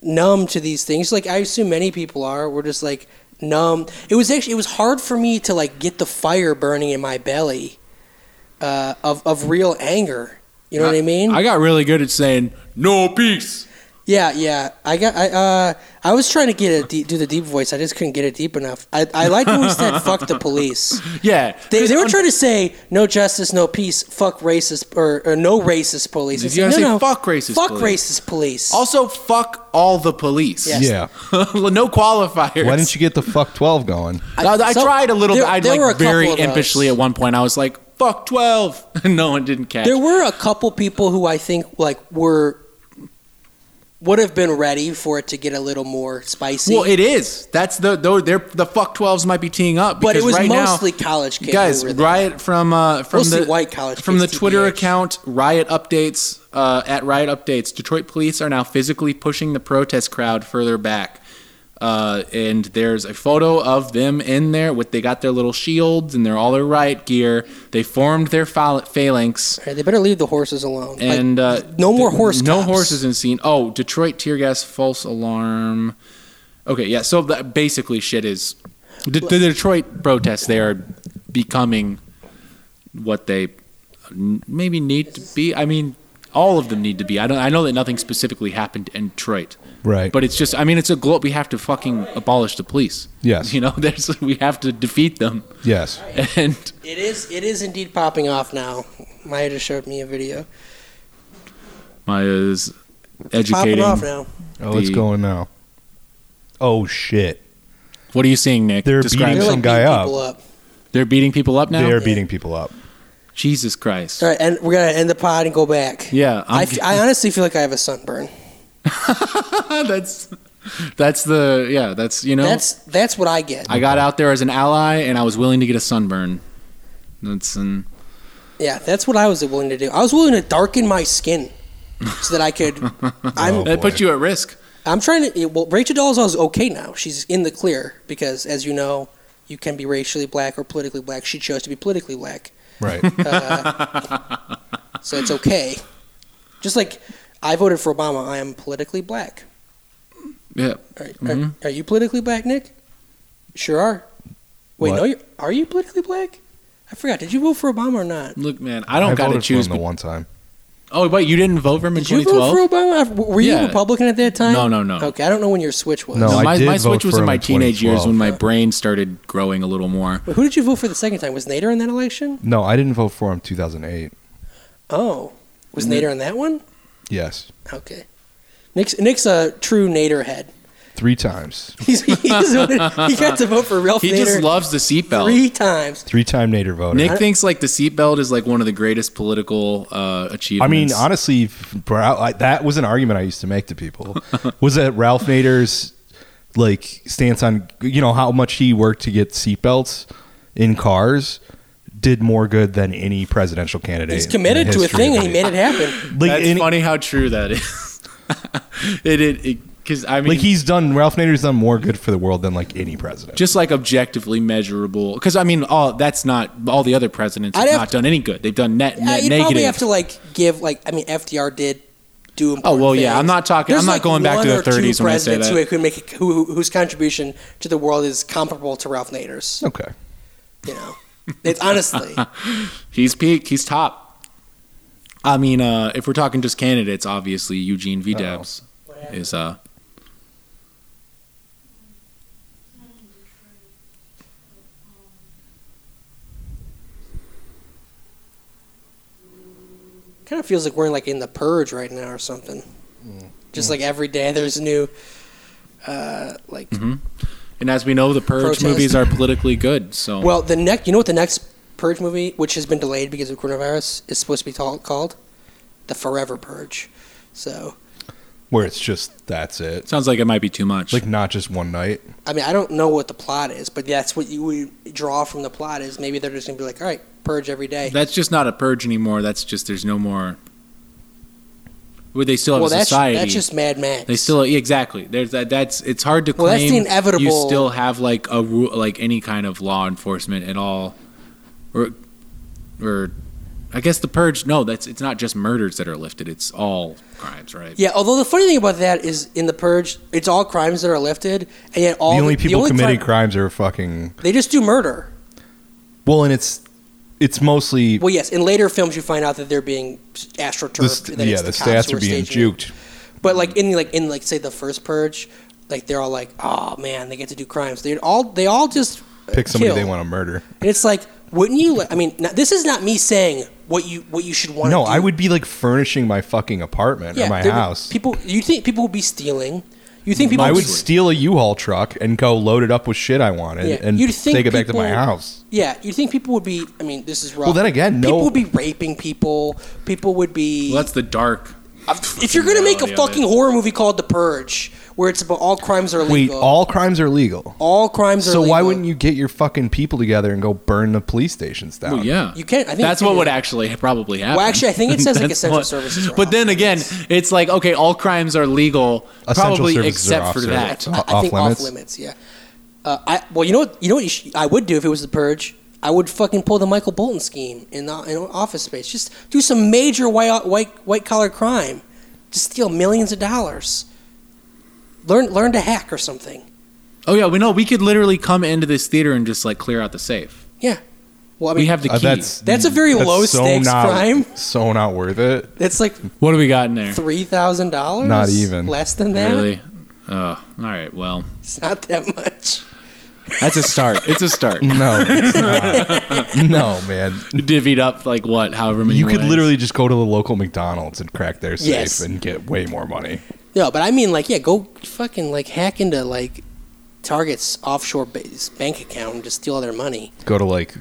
S2: numb to these things. Like, I assume many people are. We're just like numb. It was actually it was hard for me to like get the fire burning in my belly uh, of of real anger. You know what I mean?
S1: I got really good at saying no peace.
S2: yeah, yeah. I got. I uh, I was trying to get a deep, do the deep voice. I just couldn't get it deep enough. I I like when we said "fuck the police."
S1: Yeah,
S2: They,
S1: 'cause
S2: they were
S1: un-
S2: trying to say no justice, no peace, fuck racist or, or no racist police.
S1: You
S2: It's
S1: gotta
S2: no,
S1: say
S2: no,
S1: fuck racist
S2: fuck
S1: police.
S2: racist police.
S1: Also, fuck all the police.
S2: Yes.
S4: Yeah.
S1: no qualifiers.
S4: Why didn't you get the fuck 12 going?
S1: I, I
S2: so-
S1: tried a little.
S2: there-
S1: bit. I
S2: there were a
S1: like
S2: couple
S1: very
S2: of those.
S1: impishly at one point. I was like, "Fuck 12. and no one didn't catch.
S2: there were a couple people who I think like were would have been ready for it to get a little more spicy.
S1: well, it is. That's the though. They're the fuck 12s might be teeing up,
S2: but it
S1: because
S2: was
S1: right now-
S2: mostly college kids. who
S1: guys
S2: were there.
S1: riot from uh, from
S2: Mostly
S1: the
S2: white college
S1: from the
S2: kids,
S1: Twitter
S2: TBH.
S1: account riot updates uh, at riot updates. Detroit police are now physically pushing the protest crowd further back, uh, and there's a photo of them in there with they got their little shields and they're all their riot gear. They formed their phal- phalanx.
S2: All right, they better leave the horses alone. Like,
S1: And uh,
S2: no more
S1: th-
S2: horse.
S1: No
S2: cops.
S1: horses in scene. Oh, Detroit tear gas false alarm. Okay, yeah. So that basically, shit is the, the Detroit protests. They are becoming what they n- maybe need to be. I mean, all of them need to be. I don't. I know that nothing specifically happened in Detroit.
S4: Right.
S1: But it's just. I mean, it's a globe. We have to fucking abolish the police.
S4: Yes.
S1: You know, there's. We have to defeat them.
S4: Yes.
S1: And
S2: It is. It is indeed popping off now. Maya just showed me a video.
S1: Maya's
S2: Popping
S1: educating.
S2: off now.
S4: Oh, it's
S1: The-
S4: going now. Oh, shit.
S1: What are you seeing, Nick?
S4: They're
S1: Describe
S4: beating
S1: it.
S2: They're
S4: some
S2: like
S4: guy
S2: beating
S4: up.
S2: people up.
S1: They're beating people up now.
S4: They are beating people up.
S1: Jesus Christ.
S2: All right, and we're gonna end the pod and go back.
S1: Yeah,
S2: I,
S1: I'm-
S2: f- I honestly feel like I have a sunburn.
S1: that's that's the yeah. That's you know.
S2: That's that's what I get.
S1: I got out there as an ally, and I was willing to get a sunburn. That's an
S2: yeah, that's what I was willing to do. I was willing to darken my skin so that I could. I'm
S1: that
S4: Oh, boy.
S1: put you at risk.
S2: I'm trying to. Well, Rachel Dolezal is okay now. She's in the clear because, as you know, you can be racially black or politically black. She chose to be politically black, Uh,
S4: Right.
S2: so it's okay. Just like I voted for Obama, I am politically black.
S1: Yeah.
S2: Are, are-
S1: Mm-hmm.
S2: are, you politically black, Nick? Sure are. Wait,
S4: What?
S2: no, you are you politically black? I forgot. Did you vote for Obama or not?
S1: Look, man, I don't got to
S4: voted for
S1: choose.
S4: him the
S1: be-
S4: one time.
S1: oh wait, you didn't vote for him in
S2: Did you
S1: 2012?
S2: vote for Obama? Uh, W- Were you
S1: Yeah.
S2: a Republican at that time?
S1: No, no, no.
S2: Okay, I don't know when your switch was.
S4: No, I
S1: my,
S4: did
S1: my
S4: vote
S1: switch was
S4: for
S1: in
S4: him
S1: my
S4: in
S1: teenage years
S4: 2012.
S1: when my brain started growing a little more.
S2: Wait, who did you vote for the second time? Was Nader in that election?
S4: No, I didn't vote for him 2008.
S2: Oh, was
S1: Nick-
S2: Nader in that one?
S4: Yes.
S2: Okay. Nick's Nick's a true Nader head.
S4: Three times.
S2: He's, he's, he got to vote for Ralph
S1: He
S2: Nader
S1: just loves the seatbelt.
S2: three times.
S4: Three time Nader voter.
S1: Nick thinks like the seatbelt is like one of the greatest political uh,
S4: I
S1: achievements.
S4: mean, honestly, f- bro, I, that was an argument I used to make to people. was that Ralph Nader's like stance on you know how much he worked to get seatbelts in cars did more good than any presidential candidate.
S2: He's
S4: in
S2: committed
S4: the
S2: to a
S4: history
S2: thing
S4: of
S2: and he made it happen.
S4: Like,
S1: that's
S4: any-
S1: funny how true that is. it it because I mean,
S4: like he's done. Ralph Nader's done more good for the world than like any president.
S1: just like objectively measurable because i mean all that's not all the other presidents
S2: I'd
S1: have
S2: have
S1: not done any good they've done net,
S2: Yeah,
S1: net
S2: Uh, you'd probably have
S1: negative
S2: to like give like I mean FDR did do.
S1: Oh, well,
S2: important
S1: yeah,
S2: things.
S1: I'm not talking- I'm not going back to
S2: one
S1: the
S2: or two
S1: 30s when I say
S2: presidents
S1: that.
S2: Who, who make who, whose contribution to the world is comparable to Ralph Nader's.
S4: okay.
S2: You know, it's honestly.
S1: he's peak he's top i mean uh if we're talking just candidates obviously eugene v debs is uh
S2: kind of feels like we're in, like in the purge right now or something. Just like every day, there's new, uh, like.
S1: Mm. and as we know the purge
S2: Protest.
S1: movies are politically good so
S2: Well, the next, you know what the next purge movie, which has been delayed because of coronavirus, is supposed to be ta- called, the Forever Purge. So,
S4: Where it's just that's it.
S1: sounds like it might be too much
S4: Like not just one night.
S2: I mean, I don't know what the plot is, but that's what you would draw from the plot is maybe they're just gonna be like, all Eh. right, purge every day.
S1: that's just not a purge anymore that's just there's no more where they still have
S2: Well,
S1: a
S2: that's
S1: society.
S2: that's just Mad Max.
S1: They still yeah, exactly. There's that. That's it's hard to claim.
S2: Well, that's the inevitable-
S1: You still have like a ru- like any kind of law enforcement at all, or or I guess the purge. No, that's it's not just murders that are lifted. It's all crimes, right?
S2: yeah, although the funny thing about that is in the purge, it's all crimes that are lifted, and yet all
S4: the only people committing
S2: crime-
S4: crimes are fucking
S2: they just do murder.
S4: well, and it's it's mostly
S2: Well, yes, in later films you find out that they're being astroturfed.
S4: the, st-
S2: that
S4: yeah
S2: it's
S4: the
S2: cops
S4: stats
S2: who
S4: are being
S2: staging it.
S4: juked.
S2: But like in like in like say the first purge, like they're all like, oh man, they get to do crimes. They all they all just uh,
S4: Pick somebody they
S2: kill.
S4: want to murder.
S2: And it's like, wouldn't you? Like, I mean, now, this is not me saying what you what you should want.
S4: No,
S2: do.
S4: I would be like furnishing my fucking apartment or my
S2: there would-
S4: house. Mm-hmm.
S2: People, you think people would be stealing? You think people?
S4: I would
S2: be-
S4: steal a U-Haul truck and go load it up with shit I wanted
S2: Yeah,
S4: and
S2: you'd think
S4: take it back to my
S2: people-
S4: house.
S2: Yeah, you think people would be? I mean, this is wrong.
S4: Well, then again, no-
S2: People would be raping people. People would be.
S1: Well, that's the dark.
S2: if you're gonna make a
S1: reality of
S2: fucking
S1: it.
S2: horror movie called The Purge, where it's about all crimes are
S4: Wait,
S2: illegal,
S4: all crimes are legal.
S2: all crimes are
S4: So why
S2: illegal.
S4: wouldn't you get your fucking people together and go burn the police stations down?
S1: Well, yeah,
S2: Oh, You can't- I think
S1: that's
S2: you
S1: what
S2: can-
S1: would actually probably happen.
S2: Well, actually, I think it says, like,
S1: That's
S2: essential services are
S1: But then again, it's like okay, all crimes are legal,
S4: Essential
S1: probably
S4: services are
S1: except for
S4: off-service.
S1: that.
S4: Uh,
S2: I, I think
S4: off limits?
S2: off limits. Yeah. Uh, I well, you know what? You know what? You sh- I would do if it was the purge. I would fucking pull the Michael Bolton scheme in the, in Office Space. Just do some major white white white collar crime. Just steal millions of dollars. Learn learn to hack or something.
S1: Oh yeah, we know we could literally come into this theater and just like clear out the safe.
S2: Yeah. Well, I mean,
S1: We have the key.
S4: Uh, that's
S2: That's a very low stakes
S4: not,
S2: crime.
S4: So not worth it.
S2: It's like
S1: what do we got in there?
S2: three thousand dollars.
S4: Not even.
S2: less than that.
S1: Really? Oh, all right. Well,
S2: It's not that much.
S1: that's a start. It's a start.
S4: No, it's not. no, man.
S1: Divvied up like what? However many.
S4: You could
S1: ways.
S4: literally just go to the local McDonald's and crack their safe
S2: Yes.
S4: and get way more money.
S2: No, but I mean, like, yeah, go fucking like hack into like Target's offshore base bank account and just steal all their money.
S4: Go to like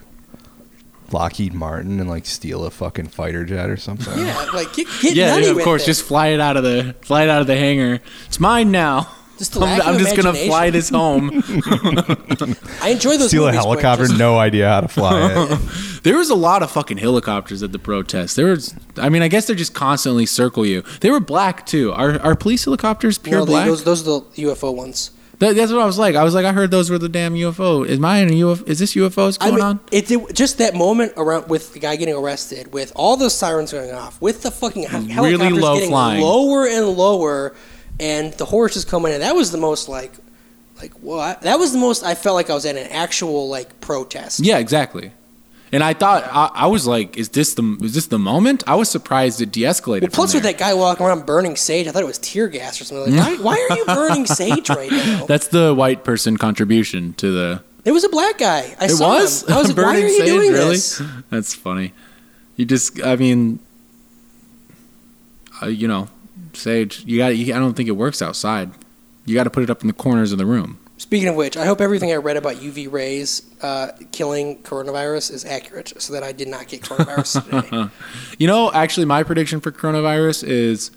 S4: Lockheed Martin and like steal a fucking fighter jet or something.
S2: Yeah, like get, get
S1: Yeah,
S2: nutty
S1: yeah, of
S2: with
S1: course.
S2: it.
S1: Just fly it out of the fly it out of the hangar. It's mine now.
S2: Just the
S1: I'm,
S2: lack of
S1: I'm just gonna fly
S2: imagination.
S1: this home.
S2: I enjoy those.
S4: Steal a
S2: movies where
S4: helicopter,
S2: just-
S4: no idea how to fly it.
S1: There was a lot of fucking helicopters at the protest. There was, I mean, I guess they just constantly circle you. They were black too. Are are police helicopters
S2: no,
S1: pure
S2: the-
S1: black?
S2: Those, those are the UFO ones.
S1: That- that's what I was like. I was like, I heard those were the damn UFO. Is mine a UFO? Is this UFOs
S2: I
S1: going
S2: mean,
S1: on?
S2: It, it just that moment around with the guy getting arrested, with all those sirens going off, with the fucking hel- helicopters
S1: low
S2: getting
S1: flying.
S2: lower and lower, and the horse is coming in. That was the most like, like what? That was the most I felt like I was at an actual like protest.
S1: Yeah, exactly. And I thought I, I was like, is this the is this the moment? I was surprised it de-escalated.
S2: Well, plus
S1: from
S2: with
S1: there.
S2: that guy walking around burning sage, I thought it was tear gas or something. Like, why, why are you burning sage right now?
S1: that's the white person contribution to the.
S2: It was a black guy. I
S1: It
S2: saw
S1: was
S2: him. I was like, why are
S1: Burning
S2: you
S1: sage,
S2: doing
S1: really?
S2: this?
S1: That's funny. You just, I mean, uh, you know, sage. You got. You, I don't think it works outside. You got to put it up in the corners of the room.
S2: Speaking of which, I hope everything I read about UV rays uh, killing coronavirus is accurate, so that I did not get coronavirus today.
S1: You know, actually, my prediction for coronavirus is,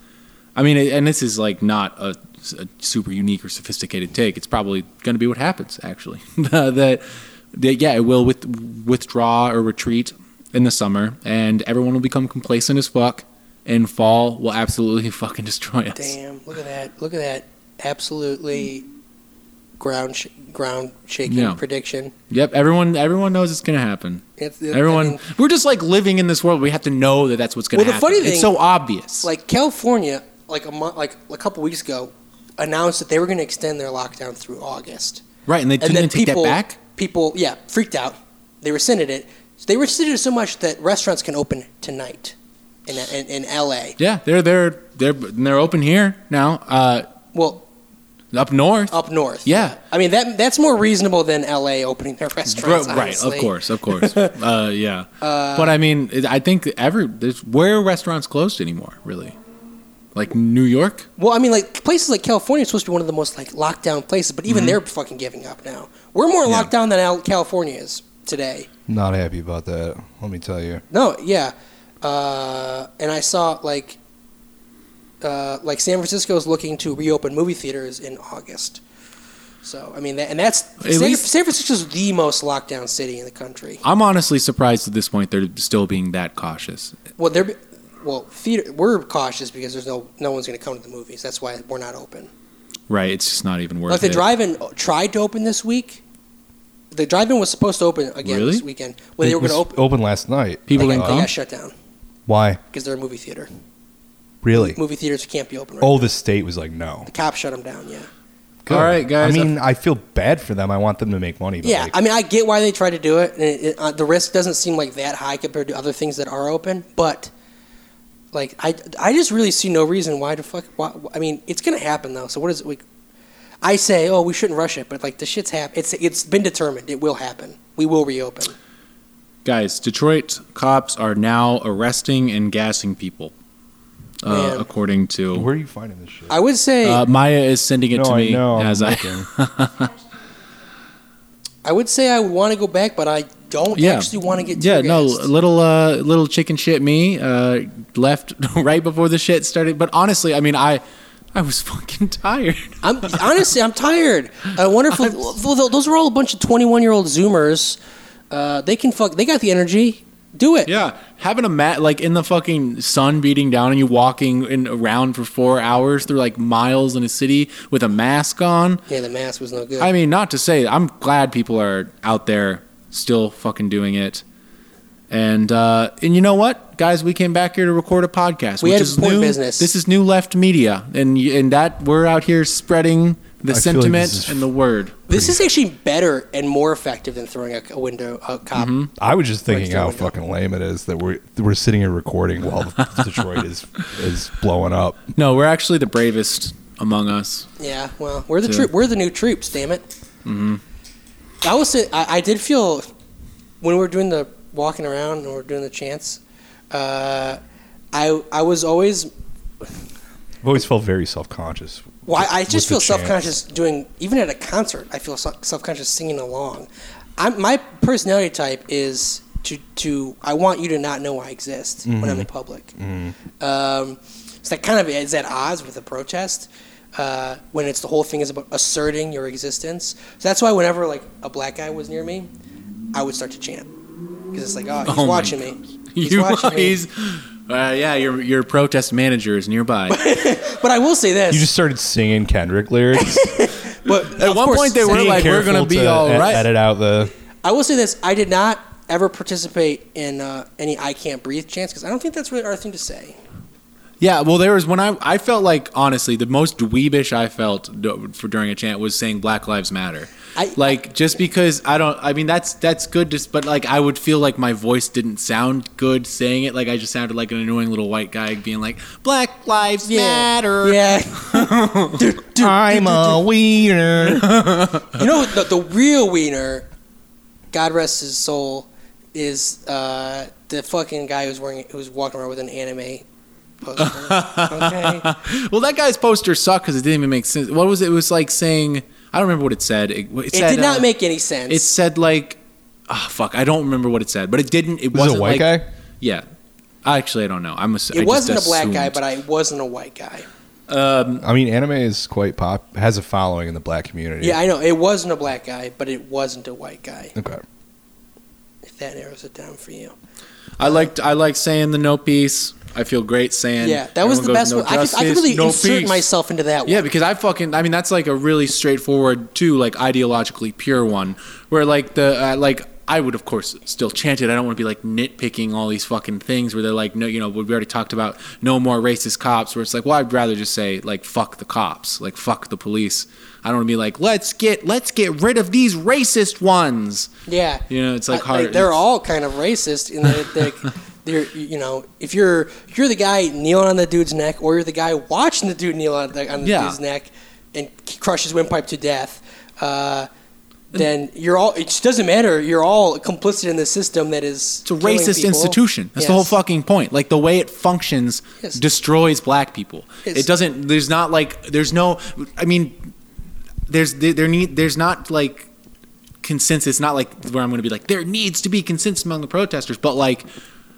S1: I mean, and this is like not a, a super unique or sophisticated take. It's probably going to be what happens. Actually, that, that yeah, it will with, withdraw or retreat in the summer, and everyone will become complacent as fuck, and fall will absolutely fucking destroy us.
S2: Damn! Look at that! Look at that! Absolutely ground sh- ground shaking
S1: Yeah.
S2: prediction.
S1: Yep, everyone, everyone knows it's going to happen.
S2: It's, it- I
S1: Everyone,
S2: mean,
S1: we're just like living in this world. We have to know that that's what's going to
S2: Well, the
S1: happen.
S2: funny thing-
S1: it's so obvious.
S2: like California, like a month, like a couple weeks ago, announced that they were going to extend their lockdown through August.
S1: right, and they
S2: and
S1: didn't
S2: then
S1: take
S2: people,
S1: that back.
S2: people, yeah, freaked out. They rescinded it. So they rescinded it so much that restaurants can open tonight in, in, in L.A.
S1: Yeah, they're they're they're they're open here now. Uh,
S2: Well,
S1: up north.
S2: up north.
S1: Yeah.
S2: I mean that that's more reasonable than L.A. opening their restaurants.
S1: Right, right, of
S2: honestly.
S1: course, of course. uh, yeah, but I mean, it- I think every there's where are restaurants closed anymore, really. Like New York,
S2: Well, I mean, like places like California is supposed to be one of the most like lockdown places, but even they're fucking giving up now. We're more
S1: Mm-hmm. Yeah.
S2: locked down than Al- California is today.
S4: Not happy about that. Let me tell you.
S2: No, yeah. Uh, and I saw like uh, like San Francisco is looking to reopen movie theaters in August. So I mean, that, and that's
S1: At
S2: San,
S1: least-
S2: San Francisco's the most lockdown city in the country.
S1: I'm honestly surprised at this point they're still being that cautious.
S2: Well, they're well, theater, we're cautious because there's no no one's going to come to the movies. That's why we're not open.
S1: Right, it's just not even worth
S2: Like the
S1: it.
S2: drive-in uh, tried to open this week. The drive-in was supposed to open again
S1: Really?
S2: this weekend. Well, they
S4: It
S2: were going
S4: was
S2: to open.
S4: open last night. uh,
S1: People
S2: they
S1: didn't
S2: got, they
S1: come.
S2: got shut down
S4: Why?
S2: because they're a movie theater.
S4: Really?
S2: Movie theaters can't be open. Right
S4: Oh,
S2: now.
S4: the state was like, no.
S2: the cops shut them down. Yeah,
S1: All right, guys.
S4: I mean, I feel bad for them. I want them to make money. But
S2: yeah.
S4: like,
S2: I mean, I get why they tried to do it. And it, it- uh, the risk doesn't seem like that high compared to other things that are open. But like, I, I just really see no reason why to fuck. Why, I mean, it's going to happen though. So what is it? Like, I say, oh, we shouldn't rush it, but like the shit's happened. It's it's been determined. It will happen. We will reopen.
S1: Guys, Detroit cops are now arresting and gassing people, uh,
S2: Man.
S1: according to.
S4: where are you finding this shit?
S2: I would say
S1: Uh, Maya is sending it
S4: No,
S1: to
S4: I
S1: me
S4: know, I'm
S1: as I.
S4: looking.
S2: I would say I would want to go back, but I don't
S1: Yeah.
S2: actually want to get
S1: Yeah, no,
S2: tear-gassed.
S1: little uh, little chicken shit me uh, left right before the shit started. But honestly, I mean, I I was fucking tired.
S2: I'm honestly, I'm tired. Uh, wonderful. well, th- those are all a bunch of 21 year old Zoomers. Uh, they can fuck. They got the energy. Do it.
S1: Yeah, having a mat like in the fucking sun beating down and you walking in around for four hours through like miles in a city with a mask on.
S2: Yeah, the mask was no good.
S1: I mean, not to say I'm glad people are out there still fucking doing it. And uh, and you know what, guys, we came back here to record a podcast.
S2: We
S1: which
S2: had
S1: is
S2: important
S1: new,
S2: business.
S1: This is new left media, and y- and that we're out here spreading the
S4: I feel like
S1: sentiment
S4: this is-
S1: and the word.
S2: this is actually better and more effective than throwing a, a window a cop.
S4: I was just thinking
S2: Like,
S4: how
S2: throwing up.
S4: fucking lame it is that we're we're sitting here recording while Detroit is is blowing up.
S1: No, we're actually the bravest among us.
S2: Yeah. Well, we're the
S1: Yeah.
S2: troop. We're the new troops. Damn it. I was. say- I, I did feel when we were doing the walking around and we were doing the chants. Uh, I I was always
S4: I've always felt very self conscious.
S2: Well, I I
S4: with
S2: just
S4: the
S2: feel
S4: chants.
S2: self conscious doing even at a concert. I feel self conscious singing along. I'm, my personality type is to to I want you to not know I exist when
S1: Mm-hmm.
S2: I'm in public. Um, so that kind of is at odds with a protest uh, when it's the whole thing is about asserting your existence. So that's why whenever like a black guy was near me, I would start to chant because it's like oh he's
S1: Oh my
S2: watching me. He's
S1: You-
S2: watching me.
S1: he's- uh, yeah, your your protest manager is nearby.
S2: But I will say this.
S4: You just started singing Kendrick lyrics.
S2: but
S1: At one point, they were
S4: Being
S1: like, "We're gonna
S4: careful
S1: be
S4: to
S1: all
S4: e-
S1: right."
S4: Edit out the.
S2: I will say this: I did not ever participate in uh, any "I can't breathe" chants because I don't think that's really our thing to say.
S1: Yeah, well, there was when I I felt like honestly the most dweebish I felt do, for during a chant was saying Black Lives Matter.
S2: I-
S1: like just because I don't, I mean that's that's good, just but like I would feel like my voice didn't sound good saying it. Like I just sounded like an annoying little white guy being like Black Lives Matter.
S2: Yeah.
S4: I'm a wiener.
S2: you know the, the real wiener, God rest his soul, is uh, the fucking guy who's wearing who's walking around with an anime poster. okay.
S1: Well, that guy's poster sucked because it didn't even make sense. What was it? It was like saying I don't remember what it said. It,
S2: It
S1: said,
S2: did not
S1: uh,
S2: make any sense.
S1: It said like, ah, fuck, I don't remember what it said, but it didn't. It
S4: Was
S1: wasn't
S4: it a white
S1: like,
S4: guy?
S1: Yeah. Actually, I don't know. I'm. ass- I
S2: it
S1: just
S2: wasn't a black
S1: assumed. Um,
S2: guy, but I wasn't a white guy.
S4: I mean, anime is quite pop. Has a following in the black community.
S2: Yeah, I know it wasn't a black guy, but it wasn't a white guy.
S4: Okay.
S2: If that narrows it down for you.
S1: I liked I like saying the no peace. I feel great saying.
S2: Yeah, that was
S1: Everyone
S2: the
S1: goes,
S2: best
S1: "No
S2: one. I could, I could
S1: justice,
S2: really
S1: no
S2: insert
S1: peace."
S2: myself into that one.
S1: Yeah, because I fucking I mean that's like a really straightforward too, like ideologically pure one, where like the uh, like I would of course still chant it. I don't want to be like nitpicking all these fucking things where they're like no, you know, we already talked about no more racist cops. Where it's like, well, I'd rather just say like fuck the cops, like fuck the police. I don't want to be like let's get let's get rid of these racist ones.
S2: Yeah.
S1: You know, it's like
S2: Uh,
S1: hard-
S2: they're
S1: it's-
S2: all kind of racist in that they're, they're, you know, if you're if you're the guy kneeling on the dude's neck, or you're the guy watching the dude kneel on the, on the
S1: Yeah.
S2: dude's neck and c- crush his windpipe to death, uh, then you're all. It just doesn't matter. You're all complicit in the system that is.
S1: It's a racist institution. That's the whole fucking point. Like the way it functions
S2: Yes.
S1: destroys black people.
S2: Yes.
S1: It doesn't. There's not like. There's no. I mean, there's there, there need. There's not like consensus. Not like where I'm going to be like there needs to be consensus among the protesters, but like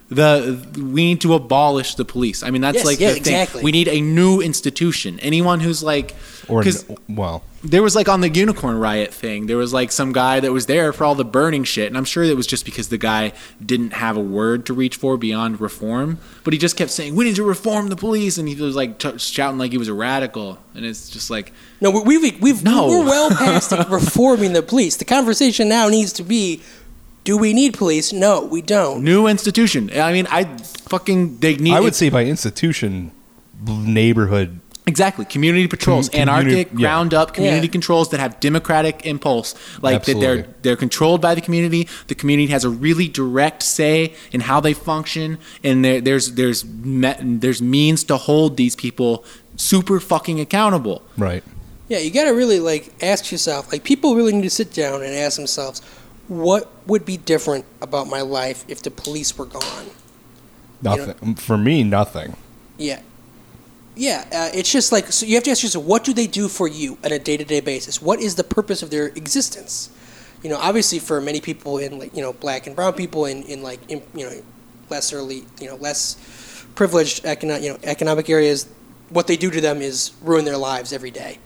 S1: the we need to abolish the police. I mean, that's
S2: Yes,
S1: like
S2: yeah,
S1: the thing.
S2: exactly.
S1: We need a new institution. Anyone who's like,
S4: Or
S1: because
S4: n- well,
S1: there was like on the unicorn riot thing, there was like some guy that was there for all the burning shit, and I'm sure that was just because the guy didn't have a word to reach for beyond reform, but he just kept saying, "We need to reform the police," and he was like t- shouting like he was a radical, and it's just like
S2: No, we- we've we've
S1: No.
S2: we're well past reforming the police. The conversation now needs to be: Do we need police? No, we don't.
S1: new institution. I mean, I fucking they need.
S4: I would say by institution, neighborhood.
S1: Exactly, community patrols,
S4: Com- communi-
S1: anarchic,
S4: yeah.
S1: ground up community
S2: Yeah.
S1: controls that have democratic impulse. Like that, they're
S4: Absolutely.
S1: they're controlled by the community. The community has a really direct say in how they function, and there, there's there's me, there's means to hold these people super fucking accountable.
S4: Right.
S2: Yeah, you got to really like ask yourself. Like people really need to sit down and ask themselves, what would be different about my life if the police were gone?
S4: Nothing. For me, nothing.
S2: Yeah. Yeah, uh, it's just like so you have to ask yourself what do they do for you on a day-to-day basis? What is the purpose of their existence? You know, obviously for many people in like, you know, black and brown people in in like in, you know, less early, you know, less privileged economic, you know, economic areas, what they do to them is ruin their lives every day.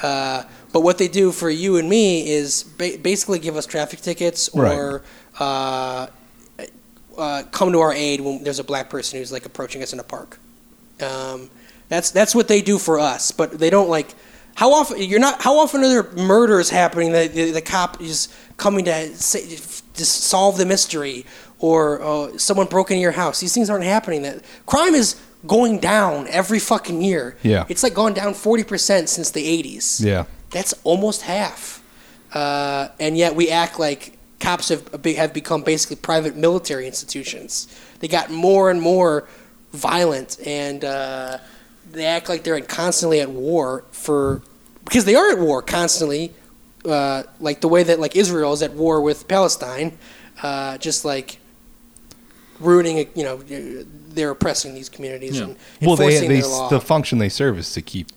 S2: Uh, but what they do for you and me is ba- basically give us traffic tickets or uh, uh, come to our aid when there's a black person who's like approaching us in a park. Um, that's that's what they do for us, but they don't like. How often you're not? How often are there murders happening that the, the cop is coming to say, just solve the mystery, or uh, someone broke into your house? These things aren't happening. That crime is going down every fucking year.
S4: Yeah.
S2: it's like gone down forty percent since the eighties.
S4: Yeah.
S2: That's almost half. Uh, and yet we act like cops have, be- have become basically private military institutions. They got more and more violent and uh, they act like they're constantly at war for because they are at war constantly uh, like the way that like Israel is at war with Palestine uh, just like ruining it, you know they're oppressing these communities
S1: Yeah.
S2: and
S4: Well, they,
S2: enforcing
S4: they
S2: their law.
S4: the function they serve is to keep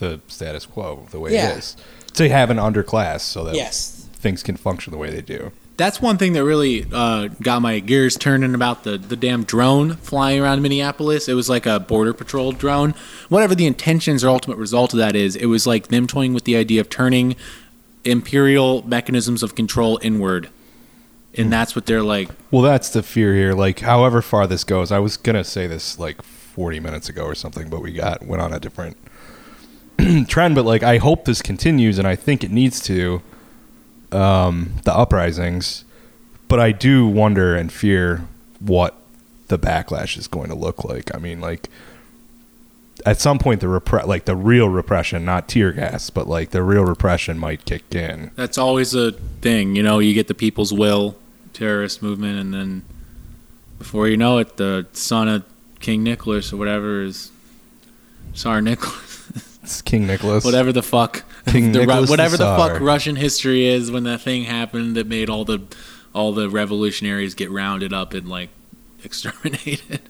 S4: the status quo the way
S2: Yeah.
S4: it is. To have an underclass so that
S2: Yes.
S4: things can function the way they do.
S1: That's one thing that really uh, got my gears turning about the, the damn drone flying around Minneapolis. It was like a border patrol drone. Whatever the intentions or ultimate result of that is, it was like them toying with the idea of turning imperial mechanisms of control inward. And that's what they're like.
S4: Well, that's the fear here. Like, however far this goes, I was gonna say this like 40 minutes ago or something, but we got went on a different trend. But like, I hope this continues, and I think it needs to. Um, the uprisings, but I do wonder and fear what the backlash is going to look like. I mean, like at some point the repre- like the real repression, not tear gas, but like the real repression might kick in.
S1: That's always a thing, you know. You get the people's will terrorist movement, and then before you know it, the son of King Nicholas or whatever is Tsar Nicholas.
S4: It's King Nicholas.
S1: whatever the fuck
S4: King
S1: the Ru-
S4: Nicholas the
S1: whatever the,
S4: Tsar.
S1: fuck Russian history is when that thing happened that made all the all the revolutionaries get rounded up and like exterminated.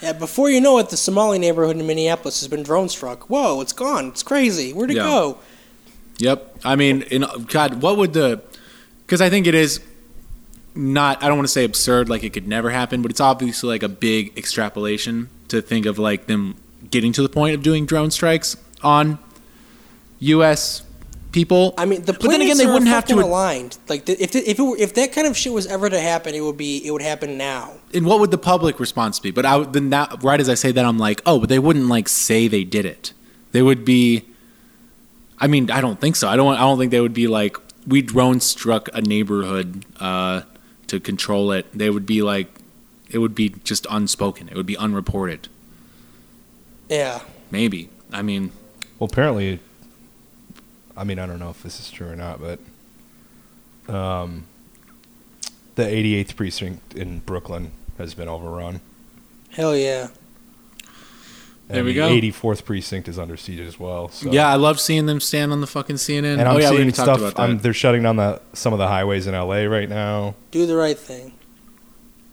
S2: Yeah, before you know it, the Somali neighborhood in Minneapolis has been drone struck. Whoa, it's gone. It's crazy. Where'd it
S1: Yeah.
S2: go?
S1: Yep. I mean, in, God, what would the? Because I think it is not. I don't want to say absurd, like it could never happen, but it's obviously like a big extrapolation to think of like them getting to the point of doing drone strikes on U.S. people.
S2: I mean, the
S1: But then again,
S2: planets
S1: they
S2: are
S1: wouldn't have to-
S2: fucking aligned. Like the, if the, if it were, if that kind of shit was ever to happen, it would be it would happen now.
S1: and what would the public response be? But I would- then that, right as I say that, I'm like, oh, but they wouldn't like say they did it. They would be. I mean, I don't think so. I don't. I don't think they would be like we drone struck a neighborhood uh, to control it. They would be like, it would be just unspoken. It would be unreported.
S2: Yeah.
S1: Maybe. I mean,
S4: Well, apparently, I mean, I don't know if this is true or not, but um, the 88th precinct in Brooklyn has been overrun.
S2: Hell yeah.
S1: There we
S4: the
S1: go.
S4: 84th precinct is under siege as well. So.
S1: yeah, I love seeing them stand on the fucking CNN.
S4: and I'm
S1: oh yeah, we
S4: seeing
S1: already
S4: stuff.
S1: talked about that.
S4: I'm, they're shutting down the some of the highways in LA right now.
S2: Do the right thing.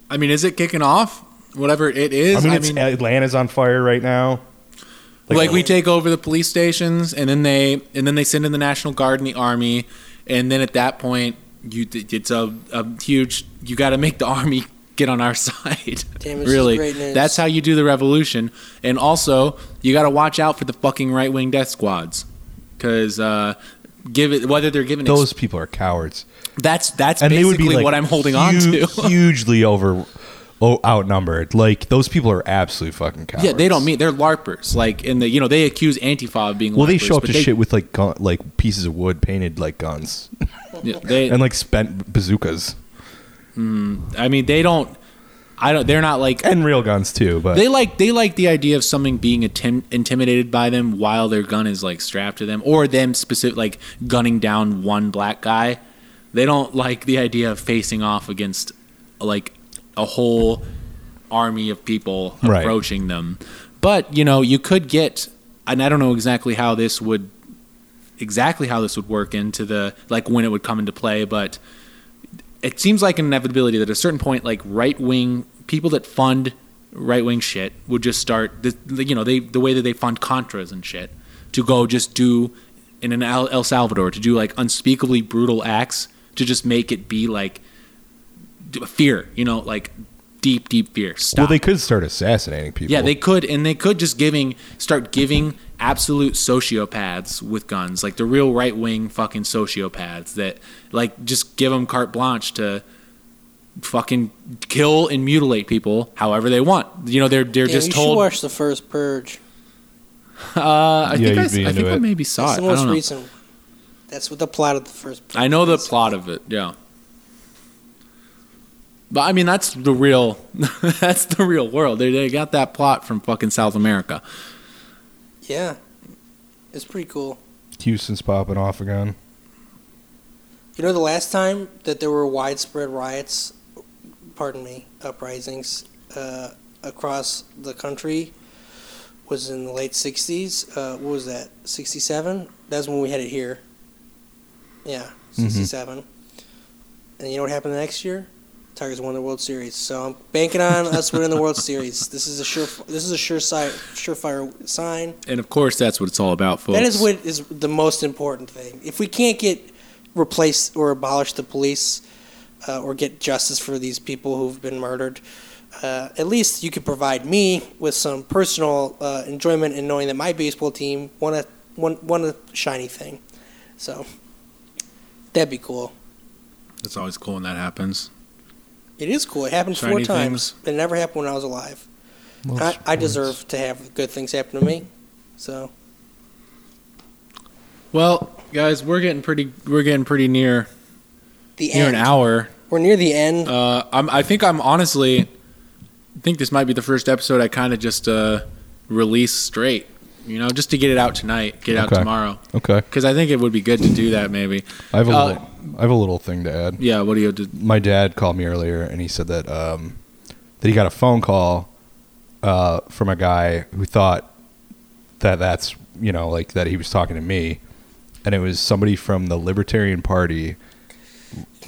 S1: I mean, is it kicking off? Whatever it is.
S4: I mean, it's, Atlanta's on fire right now.
S1: like, we
S4: uh,
S1: take over the police stations and then they and then they send in the national guard and the army and then at that point you it's a, a huge you got to make the army get on our side.
S2: Damn, this is
S1: really,
S2: great news.
S1: that's how you do the revolution. And also, you got to watch out for the fucking right wing death squads, because uh, give it whether they're given ex-
S4: Those people are cowards,
S1: that's that's
S4: and
S1: basically
S4: they would be like
S1: what I'm holding on
S4: hu-
S1: to.
S4: hugely over, oh, outnumbered. Like those people are absolute fucking cowards.
S1: yeah, they don't mean they're larpers. Like in the you know they accuse Antifa of being
S4: Well, they
S1: LARPers,
S4: show up
S1: but
S4: to shit with like gun, like pieces of wood painted like guns
S1: yeah, they-
S4: and like spent bazookas
S1: I mean they don't. I don't. They're not like
S4: and real guns too. But
S1: They like they like the idea of something being intim- intimidated by them while their gun is like strapped to them, or them specific like gunning down one black guy. They don't like the idea of facing off against like a whole army of people
S4: Right.
S1: approaching them. But you know, you could get, and I don't know exactly how this would exactly how this would work into the like when it would come into play, but it seems like an inevitability that at a certain point, like right wing people that fund right wing shit would just start, the, the- you know, they the way that they fund contras and shit to go just do in an El, El Salvador to do like unspeakably brutal acts to just make it be like d- fear, you know, like deep deep fear. Stop.
S4: well, they could start assassinating people.
S1: Yeah, they could, and they could just giving start giving absolute sociopaths with guns, like the real right wing fucking sociopaths that like just give them carte blanche to fucking kill and mutilate people however they want. You know, they're they're
S2: Yeah,
S1: just
S2: you should
S1: told.
S2: watch the first Purge.
S1: uh, I
S4: Yeah,
S1: think I,
S4: you'd
S1: s-
S4: be
S1: I
S4: into
S1: think I
S4: it.
S1: maybe saw
S2: That's
S1: it.
S2: the
S1: I
S2: most
S1: don't know.
S2: recent. one. That's what the plot of the first. Purge
S1: I know the
S2: is.
S1: plot of it. Yeah. But I mean that's the real that's the real world. They, they got that plot from fucking South America.
S2: Yeah, it's pretty cool.
S4: Houston's popping off again.
S2: You know, the last time that there were widespread riots, pardon me, uprisings uh, across the country was in the late 60s. Uh, what was that, 67? That's when we had it here. Yeah, 67. And you know what happened the next year? Tigers won the World Series. So I'm banking on us winning the World Series. This is a sure this is a sure si- surefire sign.
S1: And of course that's what it's all about, folks.
S2: That is what is the most important thing. If we can't get replace or abolish the police uh, or get justice for these people who've been murdered, uh, at least you could provide me with some personal uh, enjoyment in knowing that my baseball team won a won, won a shiny thing. So that'd be cool.
S1: It's always cool when that happens.
S2: It is cool. It happened four
S1: Shiny
S2: times. It never happened when I was alive. I, I deserve to have good things happen to me. So
S1: Well, guys, we're getting pretty we're getting pretty near
S2: the
S1: near an
S2: end.
S1: hour.
S2: We're near the end.
S1: Uh, I'm, I think I'm honestly I think this might be the first episode I kind of just uh, release straight, you know, just to get it out tonight, get it out
S4: Okay.
S1: tomorrow,
S4: Okay,
S1: because I think it would be good to do that maybe.
S4: I have a
S1: Uh,
S4: little, I have a little thing to add.
S1: Yeah, what do you do?
S4: my dad called me earlier and he said that um, that he got a phone call uh, from a guy who thought that that's you know like that he was talking to me, and it was somebody from the Libertarian Party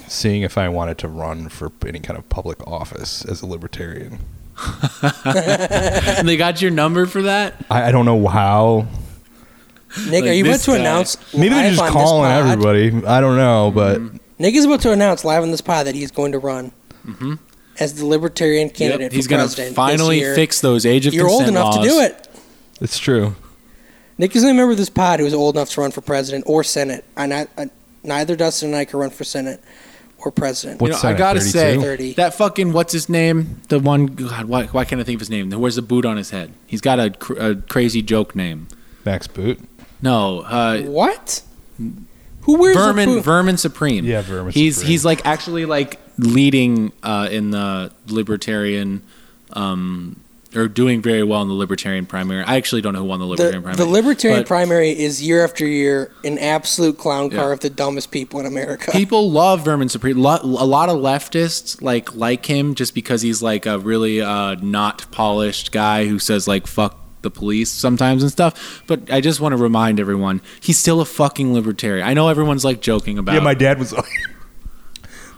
S4: seeing if I wanted to run for any kind of public office as a libertarian.
S1: they got your number for that?
S4: I, I don't know how.
S2: Nick,
S1: Like
S2: are you about
S1: this
S2: to
S1: guy.
S2: announce?
S4: Maybe they're
S2: live
S4: just
S2: on this
S4: calling
S2: pod? Mm-hmm.
S4: everybody. I don't know, but
S2: Nick is about to announce live on this pod that he's going to run as the libertarian candidate.
S1: Mm-hmm. Yep,
S2: for
S1: He's gonna
S2: president this
S1: finally
S2: year.
S1: fix those age of
S2: You're old
S1: consent
S2: enough to
S1: laws.
S2: do it.
S4: it's true.
S2: Nick is the only member of this pod who is old enough to run for president or senate. I, not, I neither Dustin and I can run for senate or president.
S4: What-
S1: You know, I
S4: Senate
S1: gotta
S4: 32?
S1: say
S2: 30.
S1: that fucking what's his name? The one God, why, why can't I think of his name? Who wears a boot on his head? He's got a, cr- a crazy joke name.
S4: Max Boot.
S1: No, uh,
S2: What? Who wears a
S1: Vermin
S2: boot?
S1: Vermin Supreme.
S4: Yeah, Vermin
S1: He's
S4: Supreme.
S1: he's like actually like leading uh, in the libertarian. Um, or doing very well in the libertarian primary. I actually don't know who won the libertarian
S2: the,
S1: primary.
S2: the libertarian
S1: but
S2: primary is year after year an absolute clown car
S1: Yeah.
S2: of the dumbest people in America.
S1: People love Vermin Supreme. Lo- a lot of leftists like like him just because he's like a really uh, not polished guy who says like fuck the police sometimes and stuff. But I just want to remind everyone he's still a fucking libertarian. I know everyone's like joking about.
S4: Yeah, my dad was like,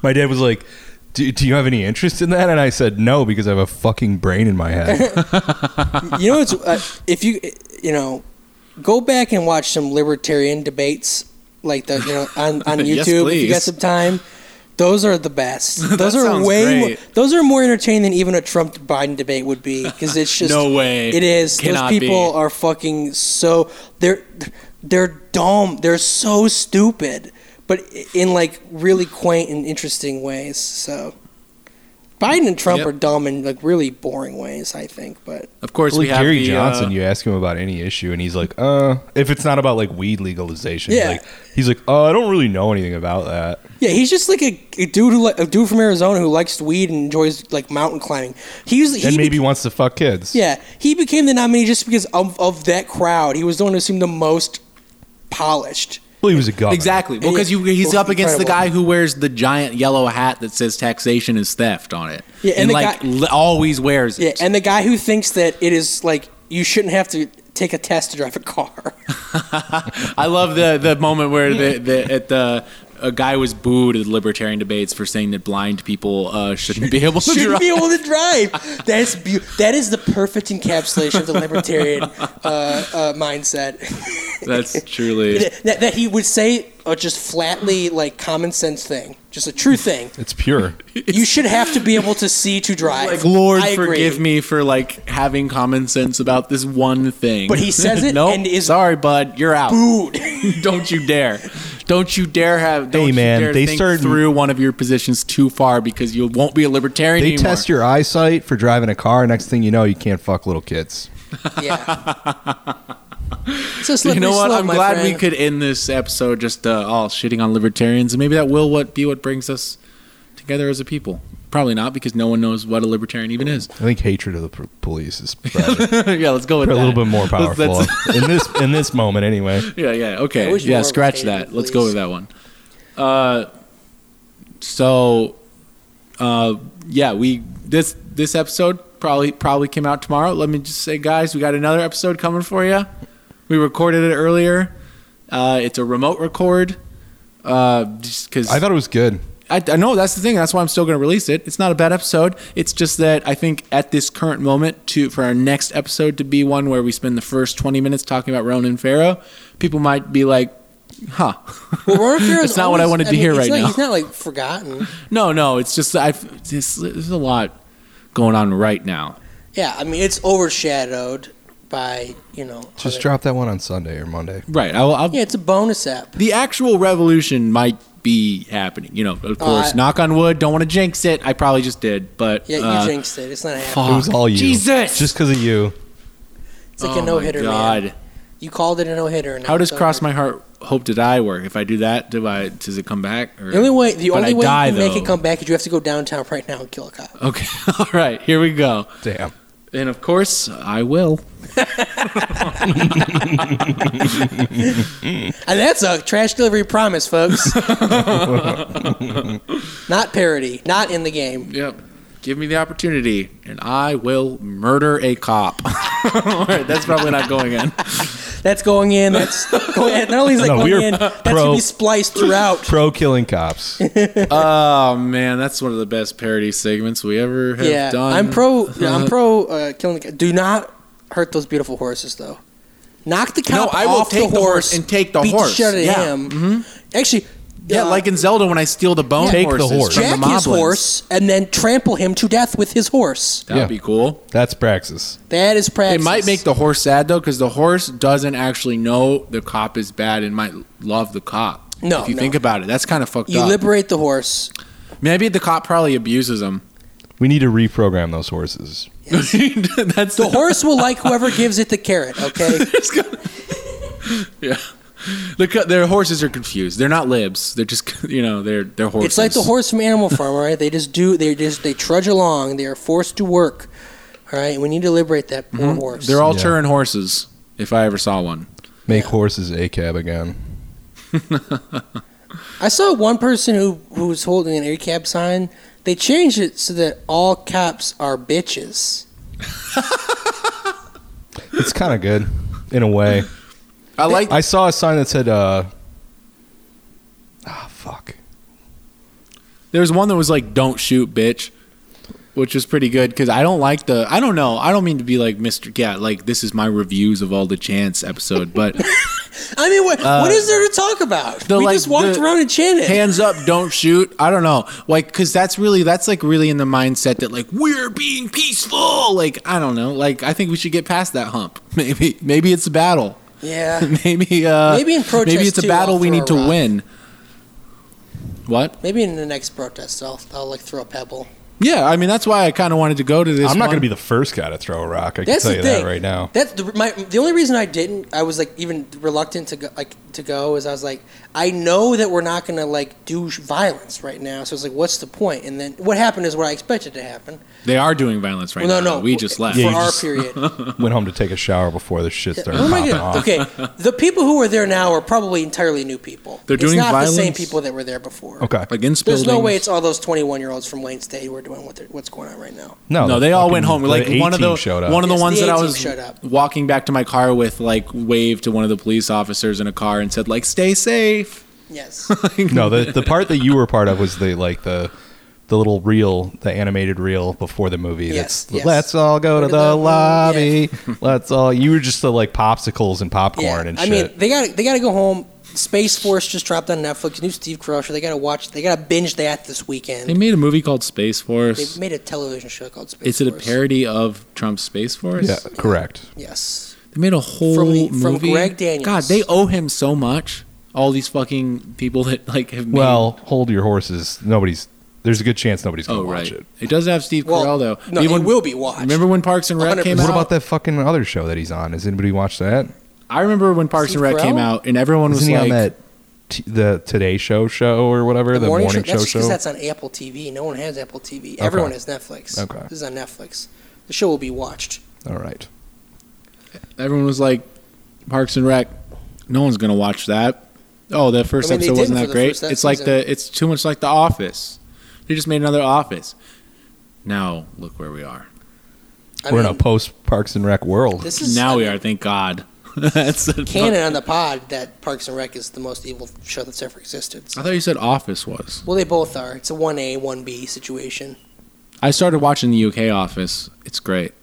S4: my dad was like, do, do you have any interest in that? And I said no because I have a fucking brain in my head.
S2: you know, it's uh, if you you know, go back and watch some libertarian debates like the you know on on
S1: Yes,
S2: YouTube if you got
S1: please.
S2: some time. Those are the best. Those are
S1: sounds
S2: way.
S1: great.
S2: More, those are more entertaining than even a Trump Biden debate would be because it's just
S1: No way.
S2: It is.
S1: Cannot
S2: Those people
S1: be.
S2: are fucking so they're they're dumb. They're so stupid, but in like really quaint and interesting ways. So Biden and Trump
S1: Yep.
S2: are dumb in like really boring ways, I think. But
S1: Of course,
S4: Like
S1: we have
S4: Gary
S1: the,
S4: Johnson,
S1: uh,
S4: you ask him about any issue, and he's like, "Uh, if it's not about like weed legalization,
S2: Yeah.
S4: like he's like, oh, I don't really know anything about that."
S2: Yeah, he's just like a, a dude who li- a dude from Arizona who likes weed and enjoys like mountain climbing. He's he
S4: and
S2: be-
S4: maybe wants to fuck kids.
S2: yeah he became the nominee just because of, of that crowd. He was the one who seemed the most polished.
S4: well, he was a governor.
S1: exactly. Well, because he's
S2: Well,
S1: up against the
S2: incredible.
S1: guy who wears the giant yellow hat that says "taxation is theft" on it,
S2: Yeah, and
S1: and,
S2: the
S1: like
S2: guy-
S1: l- always wears
S2: Yeah,
S1: it.
S2: and the guy who thinks that it is like you shouldn't have to take a test to drive a car.
S1: I love the the moment where the, the at the a guy was booed at libertarian debates for saying that blind people uh, shouldn't be able to
S2: shouldn't
S1: drive.
S2: be able to drive. That's be- that is the perfect encapsulation of the libertarian uh, uh, mindset.
S1: That's truly
S2: that, that he would say a just flatly like common sense thing, just a true thing.
S4: It's pure.
S2: you should have to be able to see to drive.
S1: like Lord,
S2: I agree.
S1: forgive me for like having common sense about this one thing.
S2: But he says it
S1: nope,
S2: and is
S1: sorry, bud, you're out.
S2: Dude,
S1: don't you dare. Don't you dare have. Don't
S4: Hey, man,
S1: you dare
S4: they
S1: think
S4: started-
S1: through one of your positions too far because you won't be a libertarian
S4: They
S1: anymore.
S4: test your eyesight for driving a car. Next thing you know, you can't fuck little kids.
S2: yeah. It's a slippery
S1: you know what?
S2: slope,
S1: I'm
S2: my
S1: glad we
S2: friend.
S1: could end this episode just uh, all shitting on libertarians, and maybe that will what be what brings us together as a people. Probably not because no one knows what a libertarian even is.
S4: I think hatred of the pr- police is probably
S1: yeah, let's go with
S4: a
S1: that.
S4: little bit more
S1: Let's-
S4: powerful
S1: that's-
S4: in this in this moment, anyway.
S1: Yeah, yeah,
S2: I
S1: okay.
S2: wish
S1: Yeah,
S2: more
S1: scratch
S2: were
S1: that.
S2: hated,
S1: Let's go
S2: please.
S1: with that one. Uh, so, uh, yeah, we this this episode probably probably came out tomorrow. Let me just say, guys, we got another episode coming for you. We recorded it earlier. Uh, it's a remote record. Uh, just because
S4: I thought it was good.
S1: I, I know that's the thing. That's why I'm still going to release it. It's not a bad episode. It's just that I think at this current moment, to for our next episode to be one where we spend the first 20 minutes talking about Ronan Farrow, people might be like, "Huh."
S2: Well, Ronan Farrow's
S1: It's not what I
S2: always-
S1: wanted to
S2: mean,
S1: hear
S2: he's
S1: right
S2: not-
S1: now.
S2: He's not like forgotten.
S1: no, no. It's just that I've it's, there's a lot going on right now.
S2: Yeah, I mean it's overshadowed by you know.
S4: Just
S2: other-
S4: drop that one on Sunday or Monday.
S1: Right. I will. I'll,
S2: Yeah, it's a bonus app.
S1: The actual revolution might be happening. You know, of course.
S2: I-
S1: knock on wood. Don't want to jinx it. I probably just did, but
S2: Yeah, you
S1: uh,
S2: jinxed it. It's not happening.
S1: fuck.
S4: It was all you.
S1: Jesus.
S4: Just because of you.
S2: It's like
S1: Oh
S2: a
S1: my
S2: no hitter,
S1: God.
S2: man. You called it a no hitter.
S1: How does cross my heart, hope to die work? If I do that, do I does it come back? Or?
S2: The only way, the
S1: But
S2: only
S1: I
S2: way
S1: die,
S2: you can make
S1: though.
S2: it come back is you have to go downtown right now and kill a cop.
S1: Okay, all right, here we go.
S4: Damn.
S1: And of course, I will.
S2: And Uh, that's a trash delivery promise, folks. not parody, not in the game.
S1: Yep. Give me the opportunity, and I will murder a cop. all right, that's probably not going in.
S2: That's going in. That's going in. Not only is that
S4: No,
S2: going
S4: we're
S2: in, that's gonna
S4: pro-
S2: be spliced throughout.
S4: Pro killing cops.
S1: Oh man, that's one of the best parody segments we ever have
S2: Yeah,
S1: done.
S2: I'm pro. yeah, I'm pro uh, killing. The, co- do not hurt those beautiful horses, though. Knock the
S1: No,
S2: cop
S1: I will
S2: off
S1: take
S2: the,
S1: the
S2: horse
S1: horse and take the
S2: beat
S1: horse.
S2: The shit out of
S1: Yeah. Mm-hmm.
S2: him. Actually,
S1: Yeah,
S2: uh,
S1: like in Zelda when I steal the bone
S4: Take the
S1: horses
S4: horse.
S1: from
S2: jack
S1: the
S2: his
S1: moblins.
S2: horse and then trample him to death with his horse.
S1: That'd
S4: Yeah.
S1: be cool.
S4: That's Praxis.
S2: That is practice.
S1: It might make the horse sad though, because the horse doesn't actually know the cop is bad and might love the cop.
S2: No,
S1: if you
S2: no.
S1: think about it, that's kind of fucked
S2: you
S1: up.
S2: liberate the horse.
S1: Maybe the cop probably abuses him.
S4: We need to reprogram those horses.
S1: that's
S2: The horse will like whoever gives it the carrot. Okay.
S1: It's gonna- yeah, the, co- their horses are confused. They're not libs. They're just you know they're they're horses.
S2: It's like the horse from Animal Farm, all right? They just do, they just, they trudge along. They are forced to work, all right? We need to liberate that poor horse.
S1: Mm-hmm. They're all
S4: Yeah.
S1: Turin horses. If I ever saw one.
S4: Make horses a cab again.
S2: I saw one person who, who was holding an ACAB sign. They changed it so that all cops are bitches.
S4: It's kind of good in a way.
S1: I like.
S4: I saw a sign that said, uh, ah, fuck.
S1: There was one that was like, "Don't shoot, bitch," which was pretty good because I don't like the. I don't know. I don't mean to be like Mister. Yeah, like this is my reviews of all the chance episode, but
S2: I mean, what, what is there to talk about?
S1: the,
S2: we
S1: Uh, like,
S2: just walked
S1: the
S2: around and chanted.
S1: hands up don't shoot i don't know like because that's really that's like really in the mindset that like we're being peaceful like i don't know like i think we should get past that hump maybe maybe it's a battle
S2: yeah.
S1: maybe uh
S2: Maybe in protest,
S1: maybe it's a
S2: too,
S1: battle
S2: I'll
S1: we
S2: throw
S1: need
S2: a
S1: to
S2: rock.
S1: win what
S2: Maybe in the next protest, I'll, I'll like throw a pebble.
S1: yeah i mean that's why i kind of wanted to go to this
S4: I'm not going to
S1: one.
S4: be the first guy to throw a rock. I
S2: That's
S4: can
S2: the
S4: tell you
S2: thing.
S4: that right
S1: Oh.
S4: now.
S2: That's the, my, the only reason I didn't. I was like even reluctant to go. Like to go is I was like, I know that we're not gonna like do sh- violence right now. So it's like, what's the point? And then what happened is what I expected to happen.
S1: they are doing violence right
S2: Well,
S1: now
S2: no, no,
S1: we just left
S2: for
S4: you
S2: our
S4: just-
S2: period.
S4: Went home to take a shower before this shit started
S1: Oh
S2: Who am I
S4: popping
S2: gonna-
S4: off.
S2: okay, the people who are there now are probably entirely new people.
S1: They're
S2: it's
S1: doing
S2: not the same
S1: violence?
S2: people that were there before.
S4: Okay.
S1: against
S2: There's no
S1: buildings.
S2: way it's all those 21 year olds from Wayne State who are doing what they're, what's going on right now.
S4: No,
S1: no,
S4: the
S1: they all
S4: Oh, fucking-
S1: went home. Like
S4: the
S1: one of
S4: A-team
S1: the
S4: showed up.
S1: one of the
S2: Yes, the
S1: ones that I
S2: A-team
S1: was
S2: showed up.
S1: walking back to my car with, like waved to one of the police officers in a car and said, like, "Stay safe."
S2: Yes.
S4: no, the the part that you were part of was the like the the little reel, the animated reel before the movie.
S2: Yes,
S4: that's,
S2: yes.
S4: Let's all go to the,
S2: the-
S4: lobby. Let's all. You were just the like popsicles and popcorn and
S2: I
S4: shit.
S2: mean, they got they got to go home. Space Force just dropped on Netflix. New Steve Carell. They got to watch. They got to binge that this weekend.
S1: They made a movie called Space
S2: They
S1: Force.
S2: made a television show called Space
S1: Is it a
S2: Force.
S1: parody of Trump's Space Force?
S4: yeah, correct.
S2: Yes.
S1: They made a whole
S2: From the-
S1: movie
S2: from Greg Daniels.
S1: God, they owe him so much. All these fucking people that like have made.
S4: Well, hold your horses. Nobody's. There's a good chance nobody's gonna
S1: oh
S4: watch
S1: right,
S4: it.
S1: it. does have Steve
S2: Well,
S1: Carell though.
S2: no, it
S1: Even-
S2: will be watched.
S1: Remember when Parks and Rec came
S2: 100%.
S1: out?
S4: What about that fucking other show that he's on? Has anybody watched that?
S1: I remember when Parks
S2: Steve
S1: and Rec came
S2: Carell?
S1: out, and everyone
S4: Isn't
S1: was
S4: he
S1: like,
S4: on that t- the Today Show show or whatever? The, morning, show
S2: That's
S4: show.
S2: because that's on Apple TV. No one has Apple TV. Everyone has Netflix.
S4: Okay.
S2: This is on Netflix. The show will be watched.
S4: all right.
S1: everyone was like, Parks and Rec, no one's gonna watch that. Oh, that first
S2: I mean, they
S1: episode wasn't that
S2: didn't for the
S1: great.
S2: first
S1: it's like
S2: season.
S1: the it's too much like The Office. They just made another Office. Now look where we are.
S2: I
S4: We're in
S2: mean,
S4: a post Parks and Rec world.
S2: This is
S1: now we are. Thank God. That's
S2: canon on the pod that Parks and Rec is the most evil show that's ever existed.
S1: I thought you said Office was.
S2: Well, they both are. It's a one A, one B situation.
S1: I started watching the UK Office. It's great.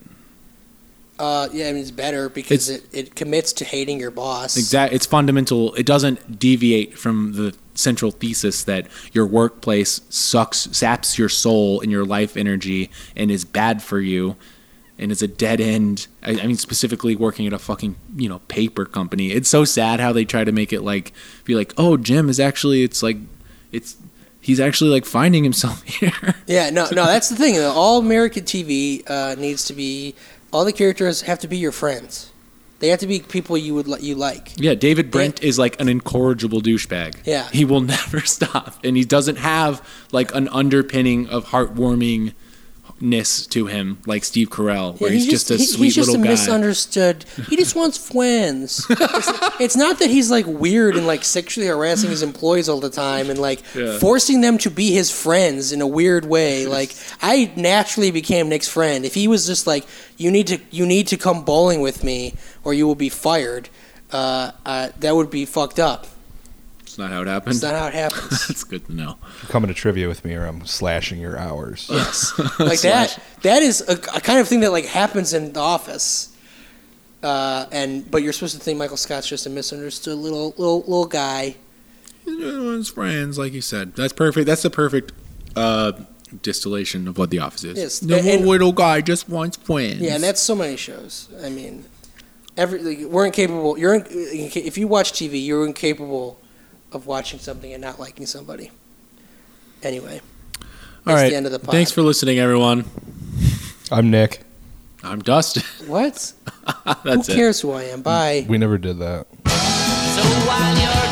S2: Uh, yeah, I mean it's better because it, it commits to hating your boss.
S1: Exact. It's fundamental. It doesn't deviate from the central thesis that your workplace sucks, saps your soul and your life energy, and is bad for you, and is a dead end. I, I mean, specifically working at a fucking you know paper company. It's so sad how they try to make it like be like, oh, Jim is actually it's like it's he's actually like finding himself here.
S2: Yeah, no, no, that's the thing. though. All American TV uh, needs to be all the characters have to be your friends. They have to be people you would li- you like.
S1: Yeah, David Brent is like an incorrigible douchebag.
S2: Yeah.
S1: He will never stop. And he doesn't have like an underpinning of heartwarmingness to him like Steve Carell, where
S2: Yeah,
S1: he's, just, a
S2: he-
S1: sweet
S2: he's just
S1: little
S2: a
S1: guy.
S2: misunderstood. He just wants friends. it's, it's not that he's like weird and like sexually harassing his employees all the time and like
S1: Yeah.
S2: forcing them to be his friends in a weird way. Like I naturally became Nick's friend. If he was just like, you need to you need to come bowling with me or you will be fired, uh, uh, that would be fucked up.
S1: It's not how it
S2: It's
S1: happened.
S2: not how it happens.
S1: That's good to know.
S4: coming to trivia with me or I'm slashing your hours.
S2: Yes, like that. That is a, a kind of thing that like happens in the office. Uh, and but you're supposed to think Michael Scott's just a misunderstood little little little guy.
S1: Everyone's friends, like you said. That's perfect. That's the perfect uh, distillation of what The Office is.
S2: Yes,
S1: The
S2: and- and-
S1: little guy just wants friends.
S2: Yeah, and that's so many shows. I mean, every like, we're incapable. You're in, if you watch TV, you're incapable of watching something and not liking somebody. Anyway,
S1: All
S2: that's
S1: right.
S2: the end of the pod.
S1: Thanks for listening, everyone.
S4: I'm Nick.
S1: I'm Dustin.
S2: what?
S1: that's
S2: who
S1: it.
S2: cares who I am? Bye.
S4: We never did that.
S5: So while you're